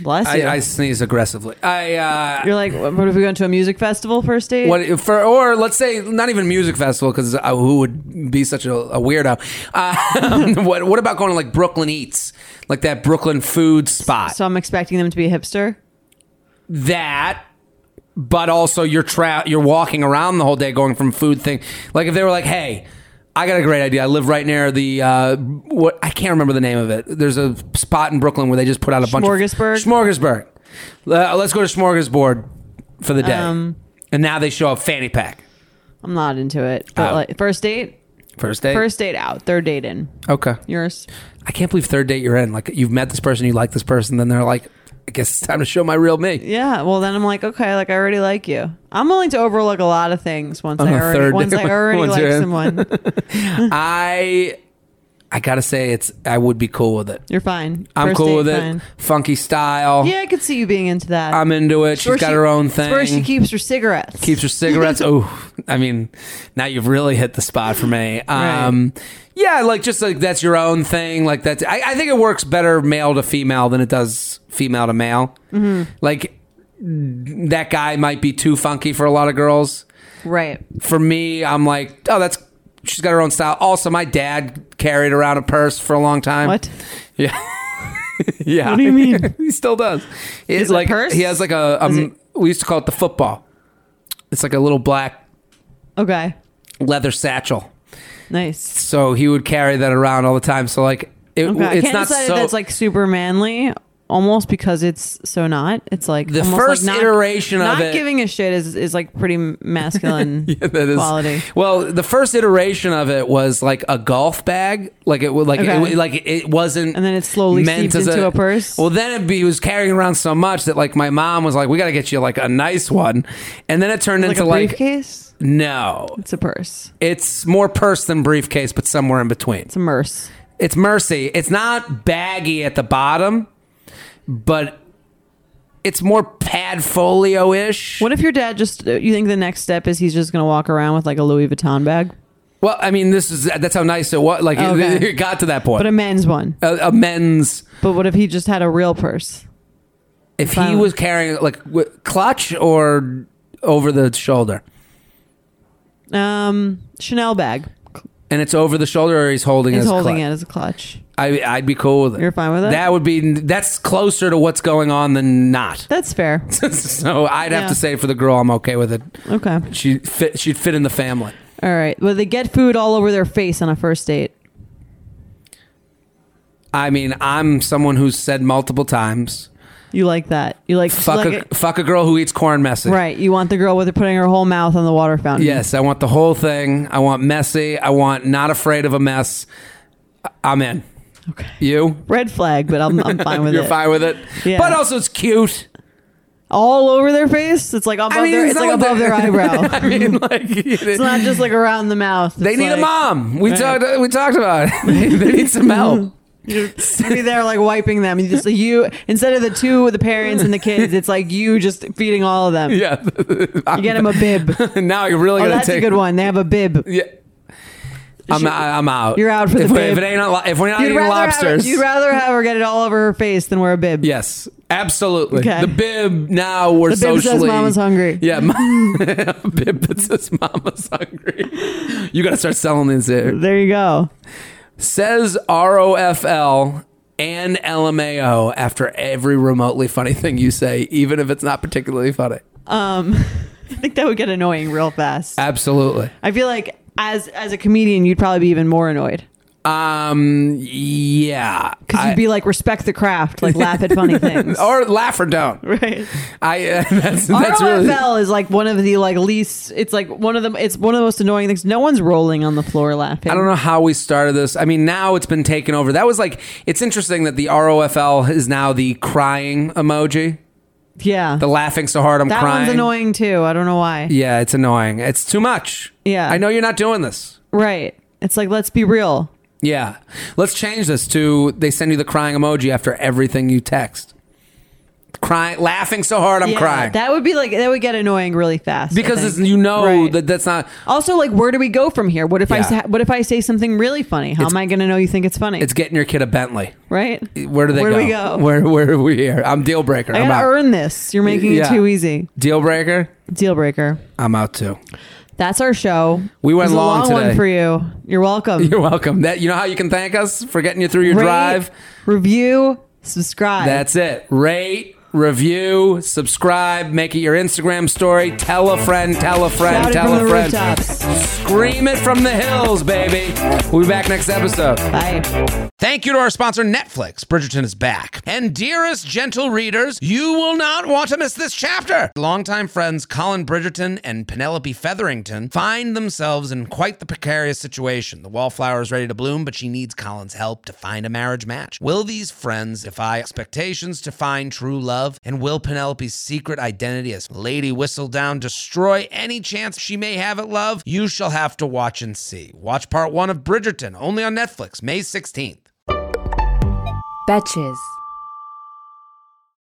S1: bless
S2: I,
S1: you.
S2: I sneeze aggressively. I uh,
S1: You're like, what what if we went to a music festival first date?
S2: What for? Or let's say not even music festival because uh, who would be such a, a weirdo? Uh, what What about going to like Brooklyn Eats, like that Brooklyn food spot?
S1: So I'm expecting them to be a hipster.
S2: that, but also you're tra- you're walking around the whole day going from food thing. Like if they were like, hey. I got a great idea. I live right near the uh, what I can't remember the name of it. There's a spot in Brooklyn where they just put out a bunch of
S1: Smorgasburg?
S2: Smorgasburg. Uh, let's go to smorgasbord for the day.
S1: Um,
S2: and now they show a fanny pack.
S1: I'm not into it. But
S2: Out.
S1: like, first date,
S2: First day.
S1: first date out, third date in.
S2: Okay.
S1: Yours.
S2: I can't believe third date you're in. Like you've met this person, you like this person, then they're like, I guess it's time to show my real me.
S1: Yeah. Well, then I'm like, okay, like I already like you. I'm willing to overlook a lot of things once
S2: On
S1: I
S2: a
S1: already
S2: third
S1: once
S2: date,
S1: I already
S2: once
S1: like
S2: you're in.
S1: someone. Mm.
S2: I I gotta say it's I would be cool with it.
S1: You're fine.
S2: I'm
S1: First
S2: cool
S1: date,
S2: with it.
S1: fine.
S2: Funky style.
S1: Yeah, I could see you being into that.
S2: I'm into it.
S1: It's where
S2: She's got
S1: she-
S2: her own
S1: it's Where
S2: thing.
S1: she keeps her cigarettes.
S2: Keeps her cigarettes. oh, I mean, now you've really hit the spot for me. Um, Yeah, like just like that's your own thing. Like that's I, I think it works better male to female than it does female to male.
S1: Mm-hmm.
S2: Like that guy might be too funky for a lot of girls.
S1: right.
S2: for me, I'm like, oh, that's she's got her own style. Also, my dad carried around a purse for a long time.
S1: What?
S2: Yeah, yeah.
S1: What do you mean?
S2: he still does. It's
S1: has a
S2: like
S1: purse?
S2: he has like a um, we used to call it the football. It's like a little black
S1: Okay.
S2: leather satchel.
S1: Nice.
S2: So he would carry that around all the time. So like it,
S1: Okay. I
S2: it's
S1: can't
S2: not
S1: decide
S2: so.
S1: if that's like super manly, almost because it's so not. It's like
S2: The
S1: almost
S2: first
S1: like not,
S2: iteration of
S1: not
S2: it-
S1: giving a shit is is like pretty masculine
S2: Yeah, that is-
S1: quality.
S2: Well, the first iteration of it was like a golf bag, like it was like
S1: Okay.
S2: it, like it wasn't,
S1: And then it slowly
S2: meant
S1: seeped
S2: as
S1: into a purse?
S2: Well, then it'd be, he was carrying around so much that like my mom was like, "We got to get you like a nice one," and then it turned
S1: Like
S2: into
S1: a
S2: like
S1: briefcase.
S2: no,
S1: It's a purse.
S2: it's more purse than briefcase, but somewhere in between.
S1: It's a merce.
S2: It's mercy. It's not baggy at the bottom, but it's more padfolio ish.
S1: What if your dad just? You think the next step is he's just gonna walk around with like a Louis Vuitton bag,
S2: Well, I mean, this is that's how nice it was. Like it,
S1: Okay.
S2: it got to that point.
S1: but a men's one?
S2: a, a men's
S1: But what if he just had a real purse?
S2: if he
S1: Violent.
S2: was carrying like w- clutch or over the shoulder
S1: Um, Chanel bag.
S2: and it's over the shoulder or he's holding
S1: He's
S2: his
S1: holding
S2: clutch.
S1: it as a clutch.
S2: I, I'd be cool with it.
S1: You're fine with it?
S2: That would be that's closer to what's going on than not.
S1: That's fair.
S2: so I'd have
S1: Yeah.
S2: to say for the girl, I'm okay with it.
S1: Okay.
S2: She fit. She'd fit in the family.
S1: All right. Well, they get food all over their face on a first date.
S2: I mean, I'm someone who's said multiple times,
S1: You like that. You like
S2: fuck
S1: like
S2: a fuck a girl who eats corn messy.
S1: right. You want the girl with her putting her whole mouth on the water fountain.
S2: Yes, I want the whole thing. I want messy. I want not afraid of a mess. I- I'm in.
S1: Okay.
S2: You?
S1: Red flag, but I'm, I'm fine with
S2: You're
S1: it.
S2: fine with it.
S1: Yeah.
S2: But also, it's cute.
S1: All over their face. It's like above
S2: mean,
S1: their.
S2: it's
S1: It's
S2: not
S1: like
S2: like
S1: above
S2: they're-
S1: their eyebrow. Mm-hmm.
S2: I mean, like it's
S1: it's not just like around the mouth.
S2: They
S1: It's
S2: need
S1: like,
S2: a mom. We
S1: Right.
S2: talked. We talked about it. they, they need some help.
S1: to Be there, like wiping them. You just you instead of the two, the parents and the kids. It's like you just feeding all of them.
S2: Yeah.
S1: You get them a bib.
S2: now you're really
S1: Mm-hmm. Oh,
S2: gonna
S1: that's
S2: take
S1: a good one. They have a bib.
S2: Yeah. I'm, I, am out.
S1: You're out for the
S2: if, we- if
S1: bib.
S2: it ain't a lo- if we're not
S1: You'd
S2: eating
S1: rather,
S2: lobsters.
S1: Have, you'd rather have her get it all over her face than wear a bib.
S2: yes, absolutely.
S1: Okay.
S2: The bib. Now we're
S1: The bib says
S2: socially.
S1: mama's hungry.
S2: Yeah, ma- bib that says mama's hungry. You gotta start selling these uh, here.
S1: There you go.
S2: Says ROFL and LMAO after every remotely funny thing you say, even if it's not particularly funny.
S1: Um, I think that would get annoying real fast.
S2: Absolutely.
S1: I feel like as as a comedian, you'd probably be even more annoyed.
S2: Um, yeah.
S1: Because you'd be like, respect the craft, like laugh at funny things.
S2: Or laugh or don't.
S1: right.
S2: I uh, that's that's really
S1: ROFL is like one of the like least. It's like one of them. It's one of the most annoying things. No one's rolling on the floor laughing.
S2: I don't know how we started this. I mean, now it's been taken over. That was like it's interesting that the ROFL is now the crying emoji.
S1: Yeah,
S2: The laughing so hard I'm
S1: that
S2: crying.
S1: one's annoying too. I don't know why.
S2: Yeah, it's annoying. It's too much.
S1: Yeah.
S2: I know you're not doing this.
S1: Right. It's like let's be real.
S2: Yeah. Let's change this to they send you the crying emoji after everything you text. Crying laughing so hard I'm
S1: Yeah,
S2: crying.
S1: That would be like that would get annoying really fast I
S2: because it's,
S1: think.
S2: you know
S1: Right.
S2: that that's not
S1: Also, like, where do we go from here? What if I
S2: Yeah.
S1: sa- what if I say something really funny? How am I going to know you think it's funny?
S2: it's getting your kid a Bentley.
S1: right.
S2: Where do they
S1: Where
S2: go?
S1: do we go?
S2: Where where are we here? I'm deal breaker.
S1: I
S2: I'm
S1: gotta
S2: out.
S1: earn this. You're making
S2: Yeah.
S1: it too easy.
S2: deal breaker.
S1: Deal breaker.
S2: I'm out too.
S1: That's our show.
S2: We went
S1: It was
S2: long
S1: a long
S2: today.
S1: one for you. You're welcome.
S2: You're welcome. That you know how you can thank us for getting you through your
S1: Rate,
S2: drive.
S1: review, subscribe.
S2: That's it. Rate, review, subscribe, make it your Instagram story. Tell a friend, tell a friend,
S1: Shout it
S2: tell
S1: from
S2: a
S1: the
S2: friend.
S1: rooftops.
S2: Scream it from the hills, baby. We'll be back next episode.
S1: Bye.
S5: Thank you to our sponsor, Netflix. Bridgerton is back. And dearest gentle readers, you will not want to miss this chapter. Longtime friends Colin Bridgerton and Penelope Featherington find themselves in quite the precarious situation. The wallflower is ready to bloom, but she needs Colin's help to find a marriage match. Will these friends defy expectations to find true love? And will Penelope's secret identity as Lady Whistledown destroy any chance she may have at love? You shall have to watch and see. Watch part one of Bridgerton only on Netflix, May 16th.
S6: Betches.